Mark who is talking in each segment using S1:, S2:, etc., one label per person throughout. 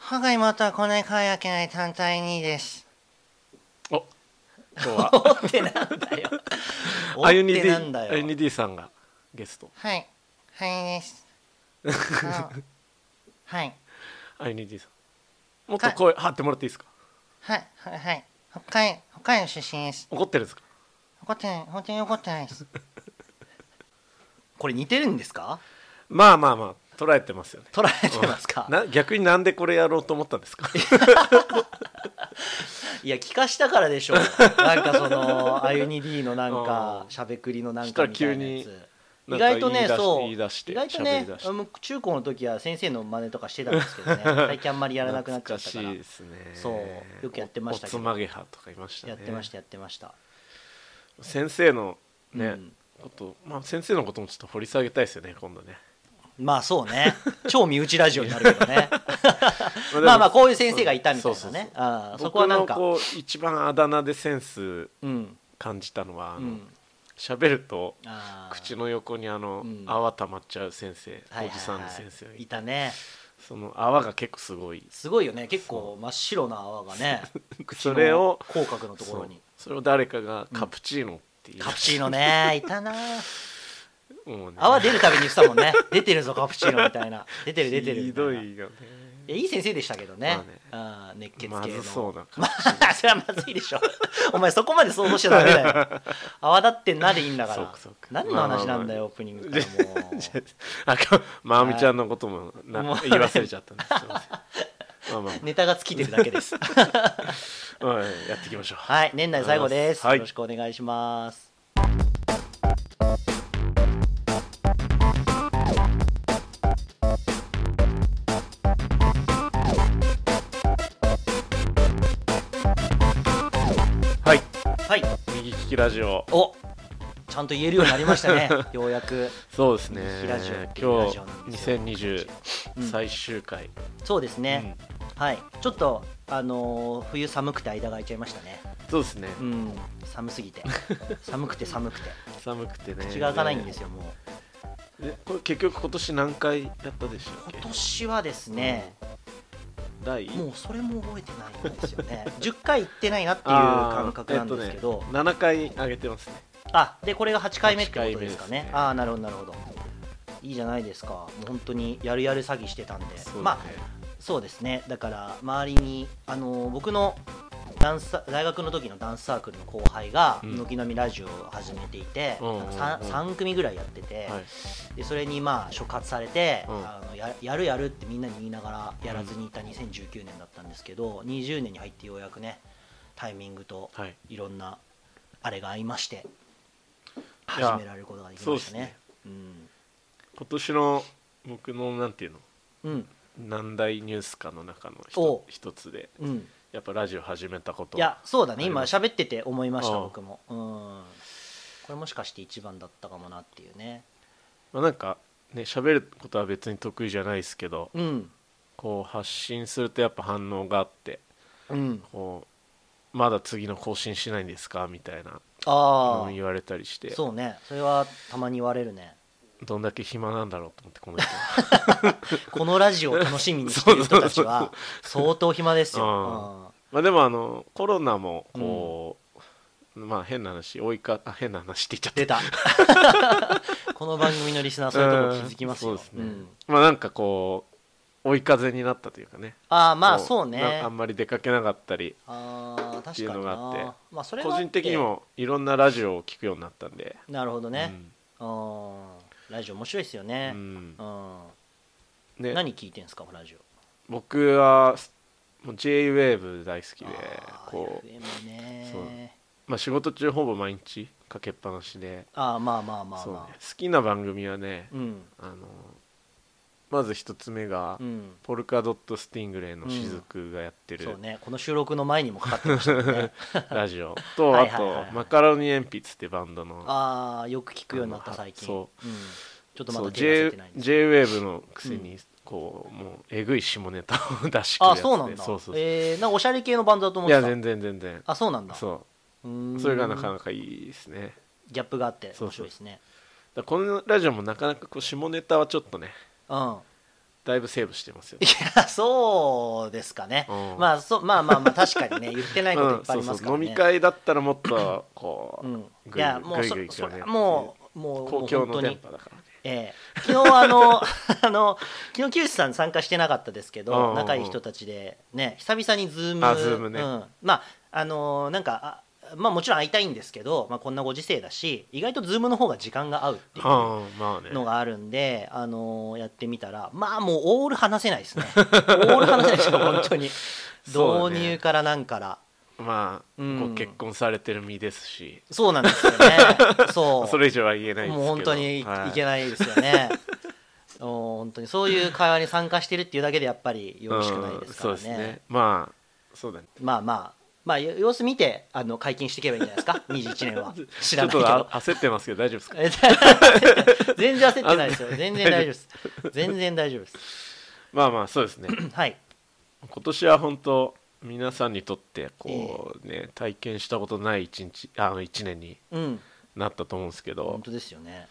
S1: 加害元はこねかやけない単体2位です。
S2: お今日
S3: お
S2: は
S3: ってなんだ よ。おっ
S2: あゆに
S3: て
S2: D
S3: なんだ
S2: あゆに
S3: よ。
S2: D さんがゲスト
S1: はい。はいです。あのはい。
S2: あゆに D さんもっと声張ってもらっていいですか
S1: はい。はいはい。北海、北海道出身です。
S2: 怒ってるんですか
S1: 怒ってない。本当に怒ってないです。
S3: これ似てるんですか
S2: まあまあまあ捉えてますよね
S3: 捉えてますか
S2: な逆になんでこれやろうと思ったんですか
S3: いや、聞かしたからでしょう。なんかその、あゆに D のなんか
S2: う、ん
S3: しゃべくりのな
S2: そ
S3: ん
S2: した
S3: からみた
S2: 急
S3: いなや
S2: に
S3: つ。
S2: な
S3: 意
S2: んか
S3: 外とね、
S2: 言い出し
S3: そう。
S2: 言い出して
S3: 意外
S2: 喋
S3: と
S2: り
S3: ね
S2: 出し、て
S3: あの中高の時は先生の真似とかしてたんです けどね、最近あんまりやらなくなっちゃったから
S2: 懐しい。ですね
S3: そうよくやってましたけど
S2: おおつまげ派とかいましたね
S3: やってました、やってました。
S2: 先生のね、
S3: うん
S2: ことまあ先生のこともちょっと掘り下げたいですよね今度ね
S3: まあそうね。超身内ラジオになるけど ね。
S2: ま
S3: まあまあこういう先生がいたみたいなね。ああそこはなん
S2: 僕
S3: か。
S2: のこう一番あだ名でセンス
S3: うん。
S2: 感じたのはあ
S3: う
S2: の
S3: ん。
S2: 喋、ると
S3: あー
S2: 口の横にあの、
S3: うん
S2: 泡溜まっちゃう先生、
S3: はいはいはい
S2: おじさんの先生がい
S3: い
S2: て
S3: たね。
S2: その泡が結構すごい
S3: すごいよね。結構真っ白な泡 がね。口の
S2: それを
S3: 口角のところに。
S2: そうそれを誰かがカプチーノって言い出
S3: カプ
S2: し
S3: チー ノね。いたな。
S2: てもうね
S3: 泡出るたびに言ってたもんね。出てるぞカプチーノみたいな。出てる出てる
S2: ひ
S3: みたい
S2: ど
S3: な。
S2: いよね
S3: やいい先生でしたけどね。
S2: ま
S3: あー熱血系の。
S2: まずそうな
S3: まあ、それはまずいでしょ。お前そこまで想像しちゃダメだよ。泡立ってんなでいいんだか
S2: そう
S3: ら
S2: かそうか。
S3: 何の話なんだよ、オープニングから もう。
S2: あかまあみちゃんのこともな
S3: もう
S2: 言い忘れちゃったん ですすいませんまあまあ
S3: ネタが尽きてるだけです。
S2: まあ、はいやっていきましょう
S3: はい、年内最後です。
S2: はい
S3: よろしくお願いします。
S2: はい
S3: はい、
S2: 右利きラジオ
S3: おちゃんと言えるようになりまし たね、ようやく。
S2: そうですね
S3: 右利きラジオっていう
S2: 今
S3: ラ
S2: 日
S3: ジオなんですよ
S2: 2020
S3: うん
S2: 最終回、
S3: そうですね、はい、ちょっと、あのー冬寒くて間が空いちゃいましたね。
S2: うんそうですね、
S3: うん、寒すぎて。寒くて寒くて。
S2: 寒くてね
S3: 口が開かないんです
S2: よ
S3: よ、もう。
S2: これ結局今年何回やったでしたっけ
S3: 今年はですね、
S2: 第
S3: もうそれも覚えてないんですよね10回行ってないなっていう感覚なんですけど
S2: あーえっとね、7回上げてますね
S3: あでこれが8回目ってことですか
S2: 8回目
S3: ね
S2: ですね
S3: ああなるほどなるほどいいじゃないですかもう本当にやるやる詐欺してたんで
S2: そう
S3: まあ
S2: ね
S3: そうですねだから周りにあのー僕のダンスサ大学の時のダンスサークルの後輩が
S2: うん
S3: 軒並みラジオを始めていて、
S2: うんうんうん
S3: 3, 組ぐらいやってて、
S2: はい
S3: でそれにまあ触発されて、
S2: うん
S3: あのややるやるってみんなに言いながらやらずにいた2019年だったんですけど、20年に入ってようやくねタイミングと
S2: はい
S3: いろんなあれが合いまして
S2: いや
S3: 始められることができましたね。
S2: 今年の僕のなんていうの
S3: うんうん
S2: 何大ニュースかの中のひと
S3: お
S2: 一つで
S3: うん、
S2: やっぱラジオ始めたこと
S3: いやそうだね
S2: あり
S3: 今
S2: ます
S3: 喋ってて思いました
S2: うん
S3: 僕もうんこれもしかして一番だったかもなっていうね
S2: まあ、なんかね喋ることは別に得意じゃないですけど
S3: うん
S2: こう発信するとやっぱ反応があって
S3: うん
S2: こうまだ次の更新しないんですかみたいな
S3: あ
S2: のを言われたりし
S3: あ
S2: て
S3: そうねそれはたまに言われるね
S2: どんだけ暇なんだろうと思ってこの人
S3: このラジオを楽しみにしている人たちは相当暇ですよ。
S2: まあでもあのコロナもこう、まあ変な話追いかあ変な話って言っちゃっ
S3: 出
S2: て
S3: た。この番組のリスナーそういうところ気づきます
S2: うん
S3: よ
S2: そう。で
S3: う
S2: すね、
S3: ん
S2: まあなんかこう追い風になったというかね
S3: ああまあ
S2: こ
S3: そう
S2: な
S3: ね
S2: あ。んまり出かけなかったり
S3: ああ
S2: ってい
S3: 確
S2: う
S3: か
S2: の
S3: に
S2: があって
S3: な。まあそれ
S2: 個
S3: はあって
S2: 人的に。もいろんなラジオを聞くようになったんで
S3: なるほどね
S2: う。ん
S3: うんラジオ面白いですよ
S2: うん
S3: ね。うん
S2: ね
S3: 何聞いてんすかラジオ。
S2: 僕はもう JWAVE 大好きで
S3: あー
S2: こう、
S3: FM ね。
S2: まあ、仕事中ほぼ毎日かけっぱなしで、
S3: ああまあまあまあ
S2: そうね
S3: まあ。
S2: 好きな番組はね、
S3: うん
S2: あのまず一つ目が、
S3: うん。
S2: ポルカドット・スティングレイの雫がやってる
S3: そうね この収録の前にもかかってました よね。
S2: ラジオと、
S3: はいはいはいはい
S2: あとマカロニ鉛筆ってバンドの
S3: ああよく聞くようになった
S2: あの
S3: 最近
S2: そ
S3: うん、ちょっとま
S2: そう
S3: だ
S2: J
S3: 手がついてないんです
S2: JWAVE のくせに、こうもうえぐい下ネタを出してくる
S3: あ
S2: や
S3: あ
S2: つで
S3: そうなん
S2: そ
S3: だ
S2: うそうそう
S3: えーなんかおしゃれ系のバンドだと思っ
S2: い
S3: て
S2: や
S3: た
S2: 全然全然
S3: あそうなんだ
S2: そう
S3: ー
S2: うんそれがなかなかいいですね
S3: ギャップがあって
S2: そうそう
S3: 面白いですね
S2: だからこのラジオもなかなかこう下ネタはちょっとね
S3: うん
S2: だいぶセーブしてますよ
S3: いやそうですかね、
S2: うん
S3: まあそまあまあまあ確かにね 言ってないこといっぱいあ
S2: うん
S3: りま
S2: そう
S3: す
S2: そ
S3: か
S2: う
S3: ら
S2: 飲
S3: ね、
S2: み会だったらもっとこう、
S3: うんい
S2: ぐいぐい
S3: やもうそ
S2: ぐいぐい行く
S3: そ
S2: よ
S3: れ
S2: ね
S3: はもうもうも
S2: 公
S3: う
S2: 共
S3: 本
S2: の
S3: 当
S2: 電
S3: に
S2: 波だからね
S3: ええ昨日あの あの昨日木内さん参加してなかったですけ
S2: うんうんう
S3: ど
S2: ん
S3: 仲いい人たちでね久々にズーム
S2: あ Zoom ね
S3: うん、まああのなんかあまあもちろん会いたいんですけど、まあ、こんなご時世だし意外とズームの方が時間が合うっていう
S2: うんまあね
S3: のがあるんで、あのーやってみたらまあもうオール話せないですねオール話せないですよ本当に
S2: そうだね
S3: 導入からなんから
S2: まあ、
S3: うん
S2: ご結婚されてる身ですし
S3: そうなんですよねそう
S2: それ以上は言えないですけど
S3: もう本当にい
S2: はい
S3: けないですよね、お本当にそういう会話に参加してるっていうだけでやっぱりよろしくないですから
S2: うんそう
S3: ね,、
S2: ですねまあそうだね
S3: まあまあまあよ様子見てあの解禁していけばいいんじゃないですか21年は知
S2: ち
S3: ら
S2: ょ
S3: な
S2: っ
S3: いけ
S2: とあ
S3: ど
S2: 焦ってますけど大丈夫ですか
S3: 全然焦ってないですよ全然大丈夫です全然大丈夫です
S2: まあまあそうですね
S3: はい
S2: 今年は本当皆さんにとってこうね、体験したことない一日あの1年に
S3: うん
S2: なったと思うんですけど
S3: 本当ですよね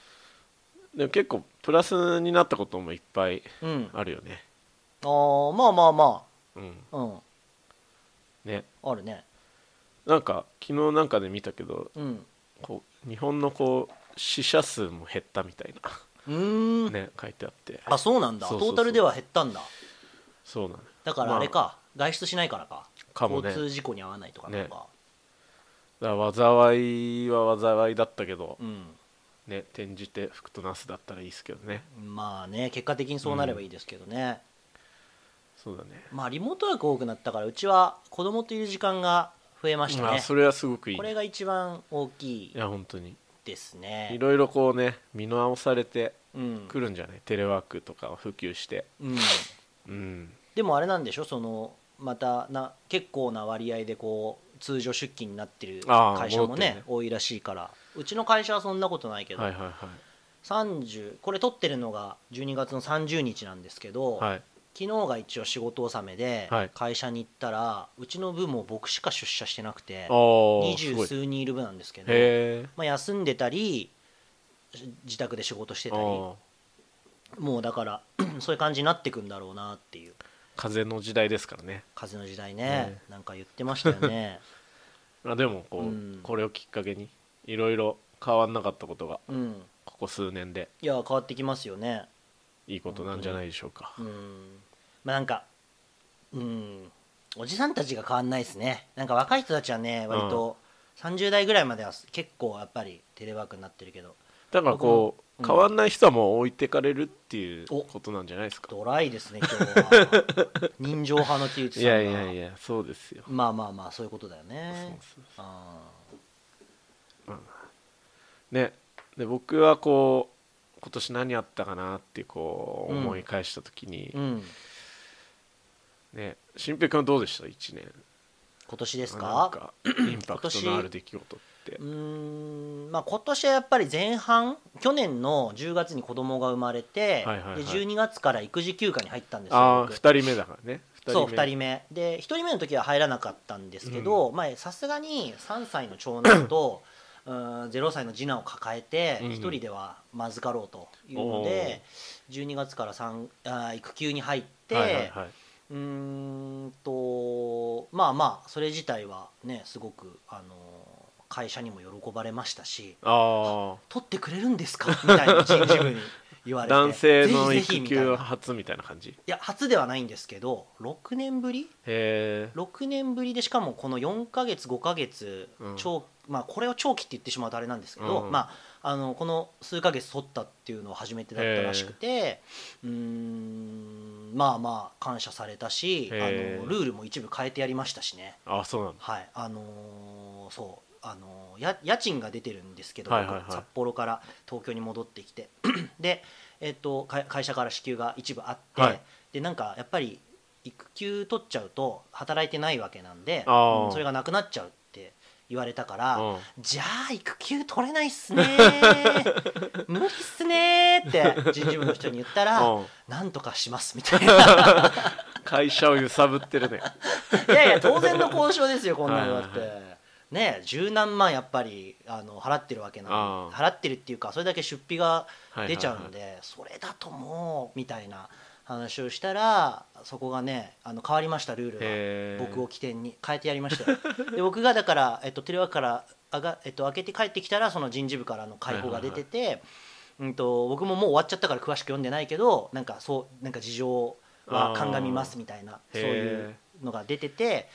S2: でも結構プラスになったこともいっぱい
S3: うん
S2: あるよね
S3: あーまあまあま
S2: うん
S3: あうん
S2: ね
S3: あるね
S2: なんか昨日なんかで見たけど
S3: うん
S2: こう日本のこう死者数も減ったみたいう
S3: ー、
S2: なんね書いてあって
S3: あそうなんだ
S2: そうそうそう
S3: トータルでは減ったんだ
S2: そうなの
S3: だからあれか、外出しないからか
S2: かもね
S3: 交通事故に遭わないとかなんか、
S2: だから災いは災いだったけど、
S3: う
S2: ね転じて福となすだったらいいですけどね
S3: ん、まあね結果的にそうなればいいですけどね、
S2: そうだね
S3: まあリモートワーク多くなったからうちは子供といる時間が増えました
S2: まあ
S3: ね
S2: それはすごくいい
S3: こ
S2: ね、
S3: れが一番大き
S2: い
S3: い
S2: や本当に
S3: ですね
S2: いろいろこうね見直されて
S3: うん、
S2: くるんじゃない、テレワークとかを普及して
S3: うん、
S2: うん
S3: でもあれなんでしょそのまたな結構な割合でこう通常出勤になってる
S2: ああ
S3: 会社
S2: 戻
S3: もね
S2: ってるね
S3: 多いらしいからうちの会社はそんなことないけど、
S2: はいはいは
S3: 30これ撮ってるのが12月の30日なんですけど、
S2: いはい
S3: 昨日が一応仕事納めで
S2: はい
S3: 会社に行ったら、うちの部も僕しか出社してなくて
S2: お
S3: 二
S2: ーす
S3: 十
S2: ごいへ
S3: 数人いる部なんですけど、
S2: え
S3: まあ、休んでたりし自宅で仕事してたりもうだから そういう感じになってくんだろうなっていう
S2: 風の時代ですからね
S3: 風の時代
S2: ね
S3: ねなんか言ってましたよ ね
S2: まあでもこう、
S3: うん
S2: これをきっかけにいろいろ変わんなかったことが
S3: うん
S2: ここ数年で
S3: いや変わってきますよね
S2: いいことなんじゃないでしょうか、
S3: うんまあなんかうんおじさんたちが変わんないですねなんか若い人たちはね割と30代ぐらいまでは結構やっぱりテレワークになってるけど
S2: だからこう、
S3: 僕もう
S2: 変
S3: ん
S2: わんない人はもう置いてかれるっていう
S3: お
S2: ことなんじゃないですか
S3: ドライです ね今日は人情派の木内さ
S2: い
S3: んが
S2: やいやいやそうですよ、
S3: まあまあまあそういうことだよ
S2: そう
S3: ね
S2: そう
S3: あ
S2: ねで僕はこう今年何あったかなってこう
S3: うん
S2: 思い返した時に、
S3: ーうん
S2: ね新平君はどうでした1年
S3: 今年です
S2: なん
S3: か
S2: かインパクトのある出来事って
S3: うーんまあ今年はやっぱり前半去年の10月に子供が生まれて、
S2: はいはいはい
S3: で12月から育児休暇に入ったんですよ
S2: ああ
S3: 僕
S2: 2人目だからね
S3: そう
S2: 目
S3: 2人目で1人目の時は入らなかったんですけどまあさすがに3歳の長男と うーん0歳の次男を抱えて
S2: うん
S3: 1人ではまずかろうというので12月から3あ育休に入って、
S2: はいはいはいう
S3: ーんとまあまあそれ自体はねすごくあの会社にも喜ばれましたし
S2: あ
S3: 取ってくれるんですか みたいな人事部に言わ
S2: あ
S3: れて
S2: 男性の
S3: ぜひ
S2: 育
S3: ぜひみたい
S2: 休
S3: な
S2: は初みたいな感じ
S3: いや初ではないんですけど6年ぶり
S2: へえ
S3: 6年ぶりでしかもこの4ヶ月5ヶ月
S2: うん
S3: 長、まあ、これを長期って言ってしまうとあれなんですけど、
S2: うん
S3: まあ、あのこの数ヶ月取ったっていうのを初めてだったらしくてうーんまあまあ感謝されたしあ
S2: へー
S3: のルールも一部変えてやりましたしね
S2: ああそうなんだ
S3: はいあのーそうあのーや家賃が出てるんですけど、
S2: はいはいはい
S3: 僕札幌から東京に戻ってきて で、えっと会会社から支給が一部あって、
S2: はい
S3: でなんかやっぱり育休取っちゃうと働いてないわけなんで、
S2: あー
S3: うんそれがなくなっちゃうって言われたから、
S2: うん
S3: じゃあ育休取れないっすね 無理っすねって人事部の人に言ったら、
S2: うん
S3: なんとかしますみたいな
S2: 会社を揺さぶってるね
S3: いやいや当然の交渉ですよこんなのだって
S2: はい
S3: ねえ十何万やっぱりあの払ってるわけなの
S2: あ
S3: 払ってるっていうかそれだけ出費が
S2: はいはいはい
S3: 出ちゃうんでそれだともうみたいな話をしたらそこがねあの変わりましたルールが。
S2: へー
S3: 僕を起点に変えてやり ましたよで僕がだから、えっと、テレワークからあが、えっと、開けて帰ってきたらその人事部からの解放が出てて、うん、と僕ももう終わっちゃったから詳しく読んでないけどなんかそうなんか事情は鑑みますみたいな
S2: あー
S3: そう
S2: へー
S3: いうのが出てて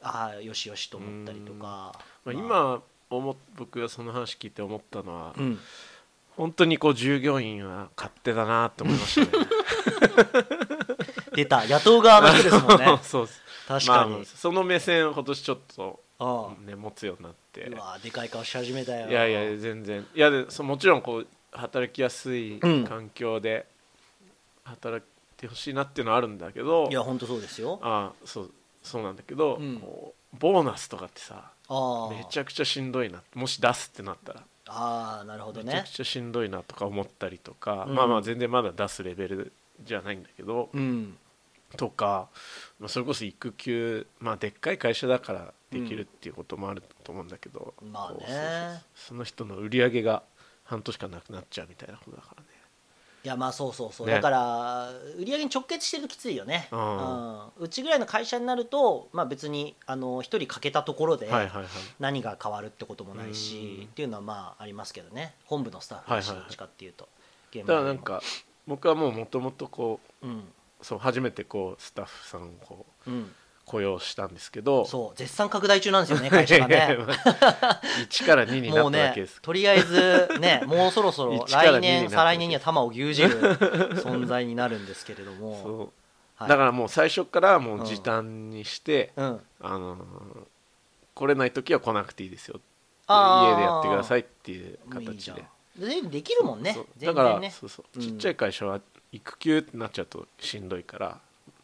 S3: ああよしよしと思ったりとか、
S2: まあ、
S3: まあ
S2: 今思っ僕がその話聞いて思ったのは、
S3: うん、
S2: 本当にこう従業員は勝手だなって思いましたね
S3: 出た野党側の人ですもんね
S2: そうです
S3: 確か
S2: まあ
S3: に、
S2: その目線を今年ちょっと、
S3: あ
S2: ね、持つようになって
S3: うわーでかい顔し始めたよ
S2: いやいや全然いやでそもちろんこう働きやすい
S3: うん
S2: 環境で働いてほしいなっていうのはあるんだけど、
S3: いや本当そうですよあ
S2: ああそうそうなんだけど、
S3: うん
S2: こうボーナスとかってさ
S3: あ
S2: めちゃくちゃしんどいなもし出すってなったら、
S3: ああなるほど
S2: めちゃ
S3: ね
S2: くちゃしんどいなとか思ったりとか、
S3: うん
S2: まあまあ全然まだ出すレベルじゃないんだけど、
S3: うん
S2: とか、まあ、それこそ育休まあでっかい会社だからできるっていうこともあると思うんだけど、
S3: まあね
S2: こうそうそうその人の売り上げが半年間なくなっちゃうみたいなことだからね
S3: いやまあそうそうそう、
S2: ね
S3: だから売り上げに直結してるときついよね、
S2: う
S3: うんんうちぐらいの会社になると、まあ、別にあの1人欠けたところで
S2: はいはいはい
S3: 何が変わるってこともないし、
S2: うん
S3: っていうのはまあありますけどね本部のスタッフだし
S2: はいは
S3: ど
S2: いはい
S3: っちかっていうと現
S2: だか
S3: 場よ
S2: ら
S3: り
S2: なんか僕はもうもともとこう
S3: も
S2: そう初めてこうスタッフさんをこう
S3: うん、うん、
S2: 雇用したんですけど
S3: そう絶賛拡大中なん ですよね会社がね
S2: 1から2にな
S3: も
S2: っ
S3: う
S2: たわ
S3: ね
S2: けです
S3: とりあえず ねもうそろそろ
S2: 一から
S3: 来
S2: 二にな
S3: 年
S2: って
S3: 再来年には玉を牛耳る存在になるんですけれども
S2: そう
S3: はい
S2: だからもう最初からもう時短にして、
S3: うん、
S2: あのー来れない時は来なくていいですよ
S3: あー
S2: 家でやってくださいっていう
S3: もういい
S2: 形
S3: じゃん
S2: で
S3: でできるもんね
S2: そうだ
S3: 全
S2: か
S3: 然
S2: ら
S3: ね
S2: そうそううんちっちゃい会社は育休ってなっちゃうとしんどいから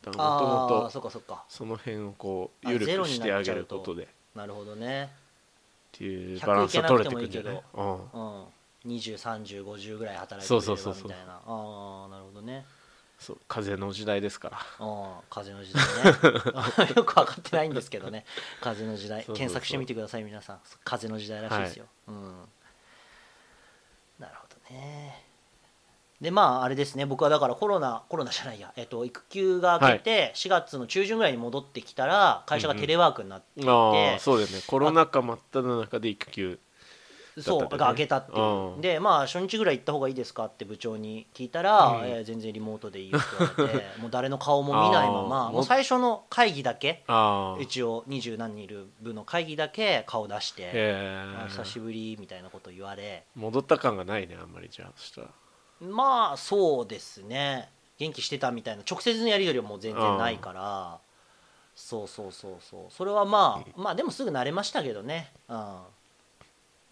S2: もと
S3: ああ
S2: もと
S3: そっかそっか
S2: その辺をこう
S3: あ
S2: 緩く
S3: ゼロに
S2: し
S3: なっち
S2: て
S3: ゃ
S2: あ
S3: うと
S2: げることでっ
S3: なるほどね、
S2: ていうバランスが取れてくるんじゃない
S3: 100いけなく
S2: うん
S3: うん、203050ぐらい働い
S2: そう
S3: てく
S2: そう
S3: れれ
S2: そうそ
S3: ばみ
S2: う
S3: たいなああなるほどね
S2: そう風の時代ですから
S3: ああ風の時代ね よく分かってないんですけどね風の時代
S2: そうそうそう
S3: 検索してみてください皆さん風の時代らしいですよ、うんなるほどねでまああれですね僕はだからコロナコロナじゃないや、えっと、育休が明けて4月の中旬ぐらいに戻ってきたら会社がテレワークになって、
S2: ああそうだよねコロナ禍真っ只中で育休
S3: そう
S2: だったんだね
S3: が明けたっていう
S2: うん
S3: でまあ初日ぐらい行った方がいいですかって部長に聞いたら、
S2: うん
S3: えー全然リモートでいいよって言わ れてもう誰の顔も見ないま
S2: あ
S3: ま
S2: ー
S3: もう最初の会議だけ
S2: ああ
S3: 一応二十何人いる部の会議だけ顔出して
S2: え
S3: あ久しぶりみたいなこと言われ
S2: 戻った感がないねあんまりじゃあそしたら
S3: まあそうですね元気してたみたいな直接のやり取りはもう全然ないからそうそうそうそうそれはまあまあでもすぐ慣れましたけどねうん。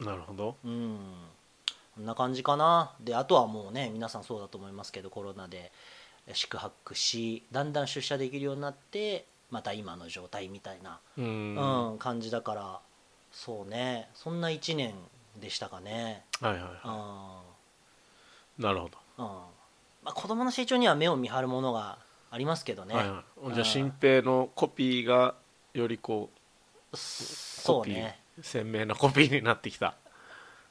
S2: なるほど
S3: うんこんな感じかなであとはもうね皆さんそうだと思いますけどコロナで宿泊しだんだん出社できるようになってまた今の状態みたいな、
S2: う
S3: うんん感じだからそうねそんな1年でしたかね
S2: はいはい
S3: うん、
S2: は
S3: うん
S2: いなるほど
S3: まあ、子供の成長には目を見張るものがありますけどね、
S2: はいはい、じゃ
S3: うん
S2: あ新平のコピーがよりこう
S3: そ
S2: コ
S3: う
S2: ピー、
S3: ね
S2: 鮮明なコピーになってきた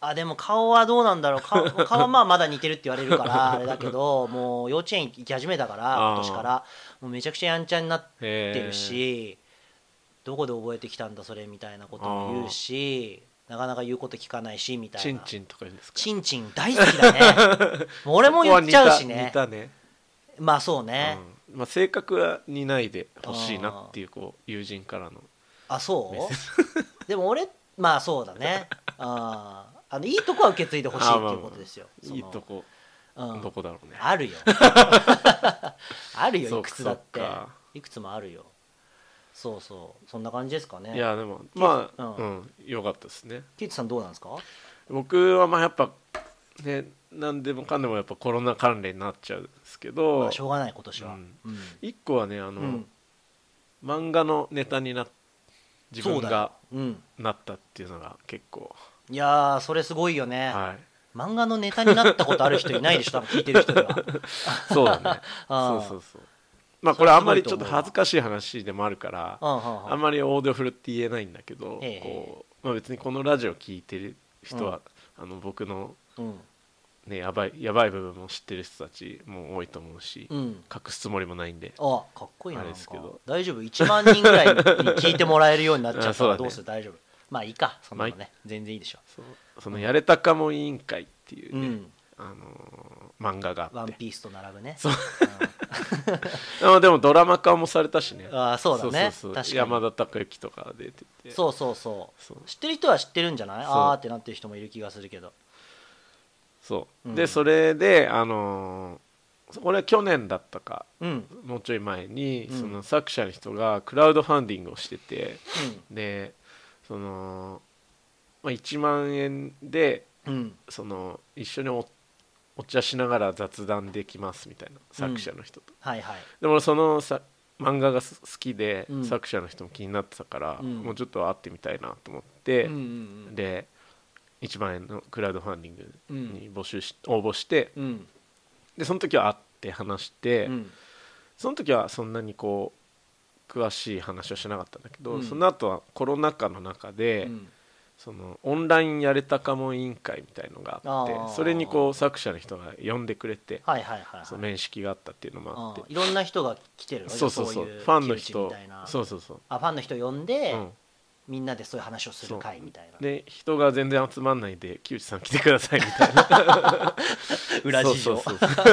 S3: あでも顔はどうなんだろう顔顔はまあまだ似てるって言われ るからあれだけどもう幼稚園行き始めたから
S2: あー
S3: 今年からもうめちゃくちゃやんちゃになっ
S2: え
S3: てるし、どこで覚えてきたんだそれみたいなことも言うしなかなか言うこと聞かないしみたいな
S2: チンチンとかですか
S3: チンチン大好きだ ねもう俺も言っちゃうしね
S2: ここは似た似
S3: まあそう
S2: た
S3: ね
S2: ね、、うんまあ、性格は似ないでほしいなっていうこう友人からの
S3: あそ
S2: メッセ
S3: うでも俺まあそうだねあーあのいいとこは受け継いでほしいっていうことで すよ、
S2: いいと
S3: こ、
S2: こ
S3: うん
S2: どこだろうね
S3: ある よあるよ
S2: そ
S3: いうく
S2: か
S3: つだって
S2: そうか
S3: いくつもあるよそうそうそんな感じですかね
S2: いやでもまあ
S3: う
S2: うんん良かったですね
S3: キッズさんどうなんですか
S2: 僕はまあやっぱね何でもかんでもやっぱコロナ関連になっちゃうんですけ
S3: ま
S2: ど
S3: あしょうがない今年は
S2: うん
S3: うん
S2: 一個はねあ
S3: う
S2: の、
S3: ん
S2: 漫画のネタになっ自
S3: そ
S2: 分
S3: うだよ
S2: が
S3: うん
S2: なったっていうのが結構
S3: いやーそれすごいよね
S2: はい
S3: 漫画のネタになったことある人いない でしょ多分聞いてる人には
S2: そうだね
S3: あ
S2: そうそ
S3: ー
S2: うそうまあこれあんまりちょっと恥ずかしい話でもあるから
S3: うんうん
S2: あ
S3: うんん
S2: まりオーディオフルって言えないんだけど
S3: ええ
S2: こう、まあ、別にこのラジオ聞いてる人は、あの僕の
S3: うん
S2: ねやばいやばい部分も知ってる人たちも多いと思うし、
S3: うん
S2: 隠すつもりもないんで
S3: あかっこいいな
S2: あ
S3: な
S2: れ
S3: ん
S2: です
S3: か
S2: けど
S3: 大丈夫1万人ぐらいに聞いてもらえるようになっちゃっ
S2: あ
S3: た
S2: そう
S3: ら
S2: だね
S3: どうする大丈夫まあいいかそんなの
S2: まあ
S3: ね全然いいでしょ
S2: そそのやれたかも委員会っていう
S3: う
S2: ね、
S3: ん
S2: あのー漫画が
S3: 「
S2: あ
S3: ワ
S2: っ
S3: ン
S2: て
S3: ピースと並ぶね
S2: そうあでもドラマ化もされたしね
S3: あーそうだね
S2: そうそうそう
S3: 確かに
S2: 山田孝之とか出てて
S3: そうそうそう
S2: そう
S3: 知ってる人は知ってるんじゃない
S2: そう
S3: あーってなってる人もいる気がするけど
S2: そう、
S3: うん
S2: でそれであのーこれは去年だったか
S3: うん
S2: もうちょい前に、
S3: うん
S2: その作者の人がクラウドファンディングをしてて
S3: うん
S2: でその、まあ、1万円で
S3: うん
S2: その一緒におお茶しながら雑談できますみたいな作者の人と、
S3: はいはい
S2: でもそのさ漫画がす好きで、
S3: うん
S2: 作者の人も気になってたから、
S3: うん
S2: もうちょっと会ってみたいなと思って、
S3: うんうん
S2: で1万円のクラウドファンディング
S3: うん
S2: に募集し、応募して
S3: うんうん
S2: でその時は会って話して、
S3: うん
S2: その時はそんなにこう詳しい話はしなかったんだけど、
S3: うん
S2: その後はコロナ禍の中で、
S3: うん
S2: そのオンラインやれたかも委員会みたいのがあって
S3: あー
S2: それにこう作者の人が呼んでくれて、
S3: はいはいはい
S2: そ
S3: は
S2: の
S3: い
S2: 面識があったっていうのもあって
S3: うんいろんな人が来てる
S2: そうそうそう
S3: い
S2: ファンの
S3: 木内み
S2: 人
S3: たいな
S2: そうそうそう、
S3: あファンの人呼んで、
S2: うん、
S3: みんなでそういう話をす
S2: そ
S3: る
S2: う
S3: 会みたいな
S2: で人が全然集まんないで木内さん来てくださいみたいな
S3: 裏事情
S2: そうそうそう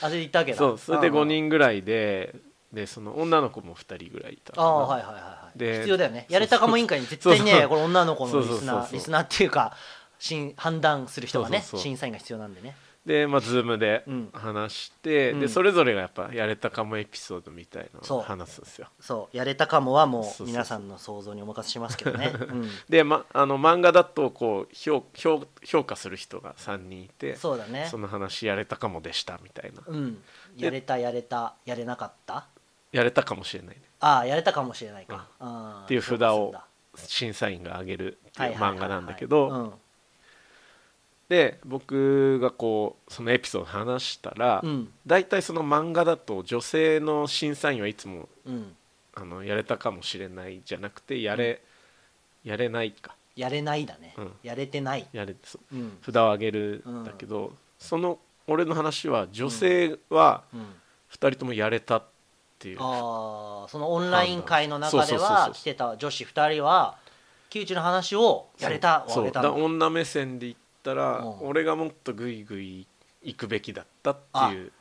S3: あれで行ったわけだ
S2: そうそれで
S3: ん
S2: 5人ぐらいででその女の子も2人ぐらいいたか
S3: あ
S2: な
S3: あはいはいはいはい
S2: で
S3: 必要だよねやれたかも委員会に絶対
S2: そうそ
S3: ね
S2: う
S3: これ女の子のリ
S2: そうそうそ
S3: ス
S2: う
S3: ナ
S2: そ
S3: ー
S2: う
S3: リスナーっていうか審判断する人がね
S2: そうそうそう
S3: 審査員が必要なんでね
S2: でまあ Zoom で
S3: うん
S2: 話して、
S3: うん
S2: でそれぞれがやっぱやれたかもエピソードみたいな
S3: そ
S2: の
S3: う
S2: を話すんですよ
S3: そうやれたかもはも
S2: そう
S3: う
S2: そう
S3: 皆さんの想像にお任せしますけ どね、うん、
S2: で、ま、あの漫画だとこう評評評価する人が3人いて
S3: そうだね
S2: その話やれたかもでしたみたいな
S3: うんやれたやれたやれなかった
S2: やれたかもしれないね
S3: ああやれたかもしれないか、ああ
S2: っていう札
S3: そう
S2: を
S3: か
S2: 審査員が上げるって
S3: そう
S2: い
S3: だ
S2: う
S3: はいはいはい
S2: 漫
S3: は
S2: 画
S3: い
S2: なんだけど、で僕がこうそのエピソード話したら、
S3: うんうん
S2: 大体その漫画だと女性の審査員はいつも
S3: うん
S2: あのやれたかもしれないじゃなくてやれ、やれないか
S3: やれないだね、
S2: うん
S3: やれてない、
S2: やれそう
S3: うん
S2: 札を上げるんだけど、その俺の話は女性は
S3: うん、
S2: 2人ともやれたっていう、
S3: あーそのオンライン会の中で
S2: そうそうそうそ
S3: は
S2: う
S3: 来てた女子2人は木内の話をやれた
S2: そう
S3: をあげたん
S2: だ
S3: だ
S2: から女目線で言ったら、
S3: うん
S2: 俺がもっとグイグイ行くべきだったっていう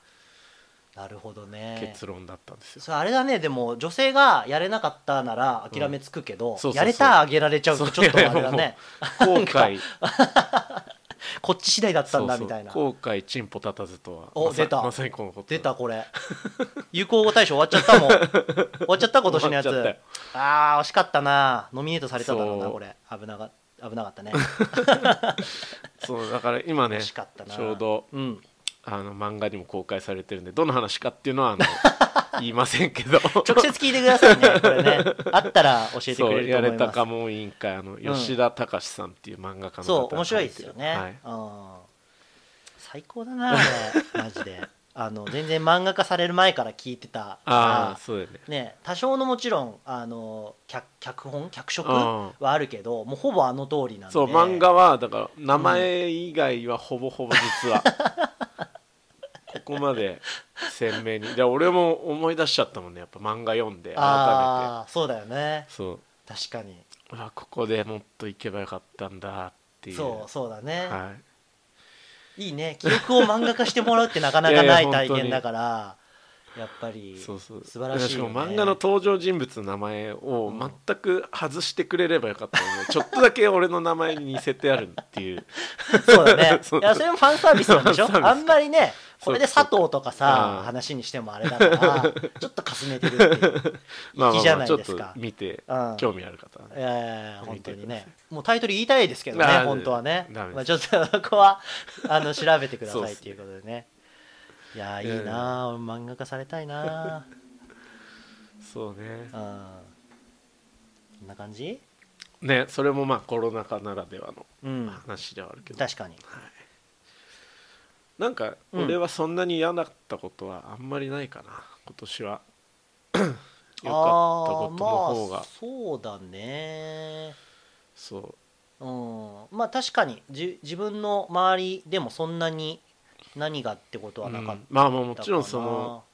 S3: なるほどね
S2: 結論だったんですよ、
S3: それあれだねでも女性がやれなかったなら諦めつくけど、
S2: んそうそうそう
S3: やれたあげられちゃうとちょっとあれだ
S2: そういや
S3: ね
S2: も 後 悔
S3: こっち次第だったん
S2: そう
S3: だ
S2: そう
S3: みたいな
S2: 後悔チンポ立たずとは
S3: お
S2: まさ
S3: 出た
S2: まさ にこのこと
S3: 出たこれ有効語大賞終わっちゃったもん終わっちゃった今年のやつ
S2: 終わっちゃっ
S3: あー惜しかったなノミネートされただろうな
S2: そう
S3: これ危なが危なかったね
S2: そうだから今ね
S3: 惜し
S2: ち
S3: かったな
S2: ょうど
S3: うん
S2: あの漫画にも公開されてるんでどの話かっていうのはあ の言いませんけど
S3: 直接聞いてくださいねこれねあったら教えてく
S2: そ
S3: れ
S2: う
S3: ると
S2: や
S3: 思います
S2: れたかも委員会あの吉田隆さんっていう漫画家の方が
S3: そう面白いですよね、
S2: 書てる
S3: うん、最高だなあれマジであの全然漫画化される前から聞いてたか
S2: ああ
S3: ら
S2: そうだよね
S3: ね、多少のもちろんあの脚脚本脚色
S2: うん
S3: はあるけどもうほぼあの通りなんで
S2: そう漫画はだから名前以外はほぼほぼ実 は、ここまで鮮明にじゃ俺も思い出しちゃったもんねやっぱ漫画読んで改めて
S3: ああそうだよね
S2: そう
S3: 確かに
S2: うわここでもっと行けばよかったんだっていう
S3: そうそうだね、
S2: はい
S3: い、いね記憶を漫画化してもらうってなかなか
S2: いや
S3: ない
S2: や
S3: い体
S2: 本当
S3: 験
S2: に
S3: だからやっぱり
S2: そうそう
S3: 素晴らしい、ね、
S2: かも漫画の登場人物の名前を全く外してくれればよかったのに、 ちょっとだけ俺の名前に似せてあるっていう
S3: そ うだね
S2: そう
S3: いやそれもファンサービスなんでしょ
S2: ファンサービス
S3: あんまりねこれで佐藤とか
S2: う
S3: さ
S2: ん
S3: 話にしてもあれだからちょっとかすめてるっていう
S2: まあ
S3: 粋
S2: まあ
S3: じゃ
S2: ま
S3: な
S2: あちょ
S3: い
S2: っ
S3: です
S2: と
S3: か
S2: 見て
S3: うん
S2: 興味ある方はね
S3: いやいやいや本当に
S2: 見て
S3: ねもうタイトル言いたいですけどね
S2: あー
S3: 本当はね
S2: ダメです
S3: まあ、ちょっとそこは あの調べてくださいっていうことでねいやーいいなー俺漫画化されたいな
S2: そうね
S3: ーうんこんな感じ
S2: ねそれもまあコロナ禍ならではの
S3: うん
S2: 話ではあるけど、
S3: 確かに
S2: なんか
S3: うん
S2: 俺はそんなに嫌だったことはあんまりないかな、今年 は良かったことの方
S3: あーま
S2: が
S3: あそうだね
S2: そう
S3: うん、まあ確かにじ自分の周りでもそんなに何がってことはなかった
S2: う
S3: かな、
S2: んまあまあもちろんその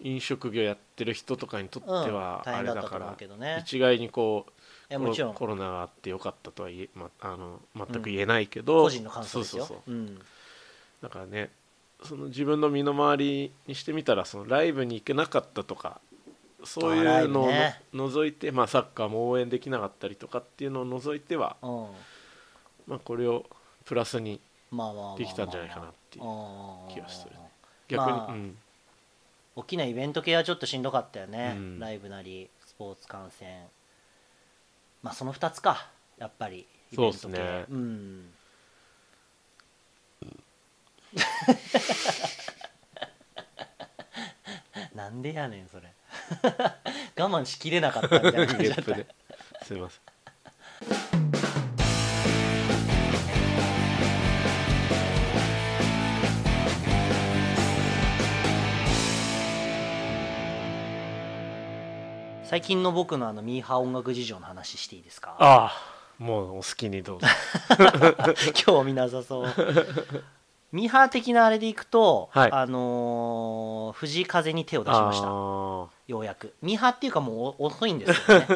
S2: 飲食業やってる人とかにとって
S3: うん
S2: は
S3: 大
S2: あ
S3: 変
S2: れ
S3: だっ
S2: だ
S3: たと
S2: か
S3: 思う
S2: ら
S3: けどね
S2: 一概にこう
S3: いやもちろん
S2: コロナがあってよかったとは言え、ま、あの全く
S3: うん
S2: 言えないけど、
S3: 個人の感想ですよ
S2: そうそうそう
S3: うん
S2: だからねその自分の身の回りにしてみたらそのライブに行けなかったとかそうい
S3: あライ
S2: う
S3: ブ
S2: のをの、
S3: ね
S2: 除いて、まあ、サッカーも応援できなかったりとかっていうのを除いては、
S3: うん
S2: まあ、これをプラスに
S3: まあまあまあまあ
S2: できたんじゃないかなっていう
S3: うん
S2: 気がするね逆に、
S3: まあ
S2: うん、
S3: 大きなイベント系はちょっとしんどかったよね、
S2: うん
S3: ライブなりスポーツ観戦まあその2つかやっぱりイベント系
S2: そうっすね
S3: うん なんでやねんそれ 我慢しきれなかったみたい な感じ
S2: ゲ
S3: だっ
S2: ップ
S3: た
S2: ですいません
S3: 最近の僕のあのミーハー音楽事情の話していいですか
S2: ああもうお好きにど うぞ
S3: 興味なさそうミーハー的なあれでいくと、
S2: はい
S3: あのー藤井風に手を出しまし
S2: あ
S3: た
S2: ー
S3: ようやくミーハーっていうかもうお遅いんです よね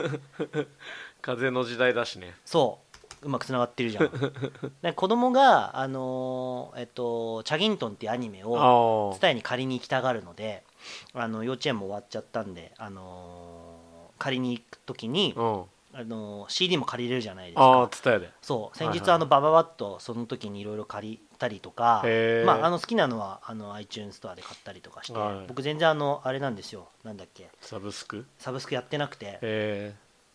S2: 風の時代だしね
S3: そううまくつながってるじゃんで子供があのーえっと「チャギントン」っていうアニメ
S2: あ
S3: を
S2: あ
S3: 伝えに借りに行きたがるのであの幼稚園も終わっちゃったんで、あのー借りに行く時に、
S2: うん
S3: あのー CD も借りれるじゃないですか
S2: ああ伝えで
S3: そう
S2: はい
S3: 先
S2: はい
S3: 日あのバババッとその時にいろいろ借りたりとか、
S2: へー
S3: まあ、あの好きなのはあの iTunes ストアで買ったりとかして、
S2: はい
S3: 僕全然あのあれなんですよなんだっけ
S2: サブスク
S3: サブスクやってなくて、
S2: え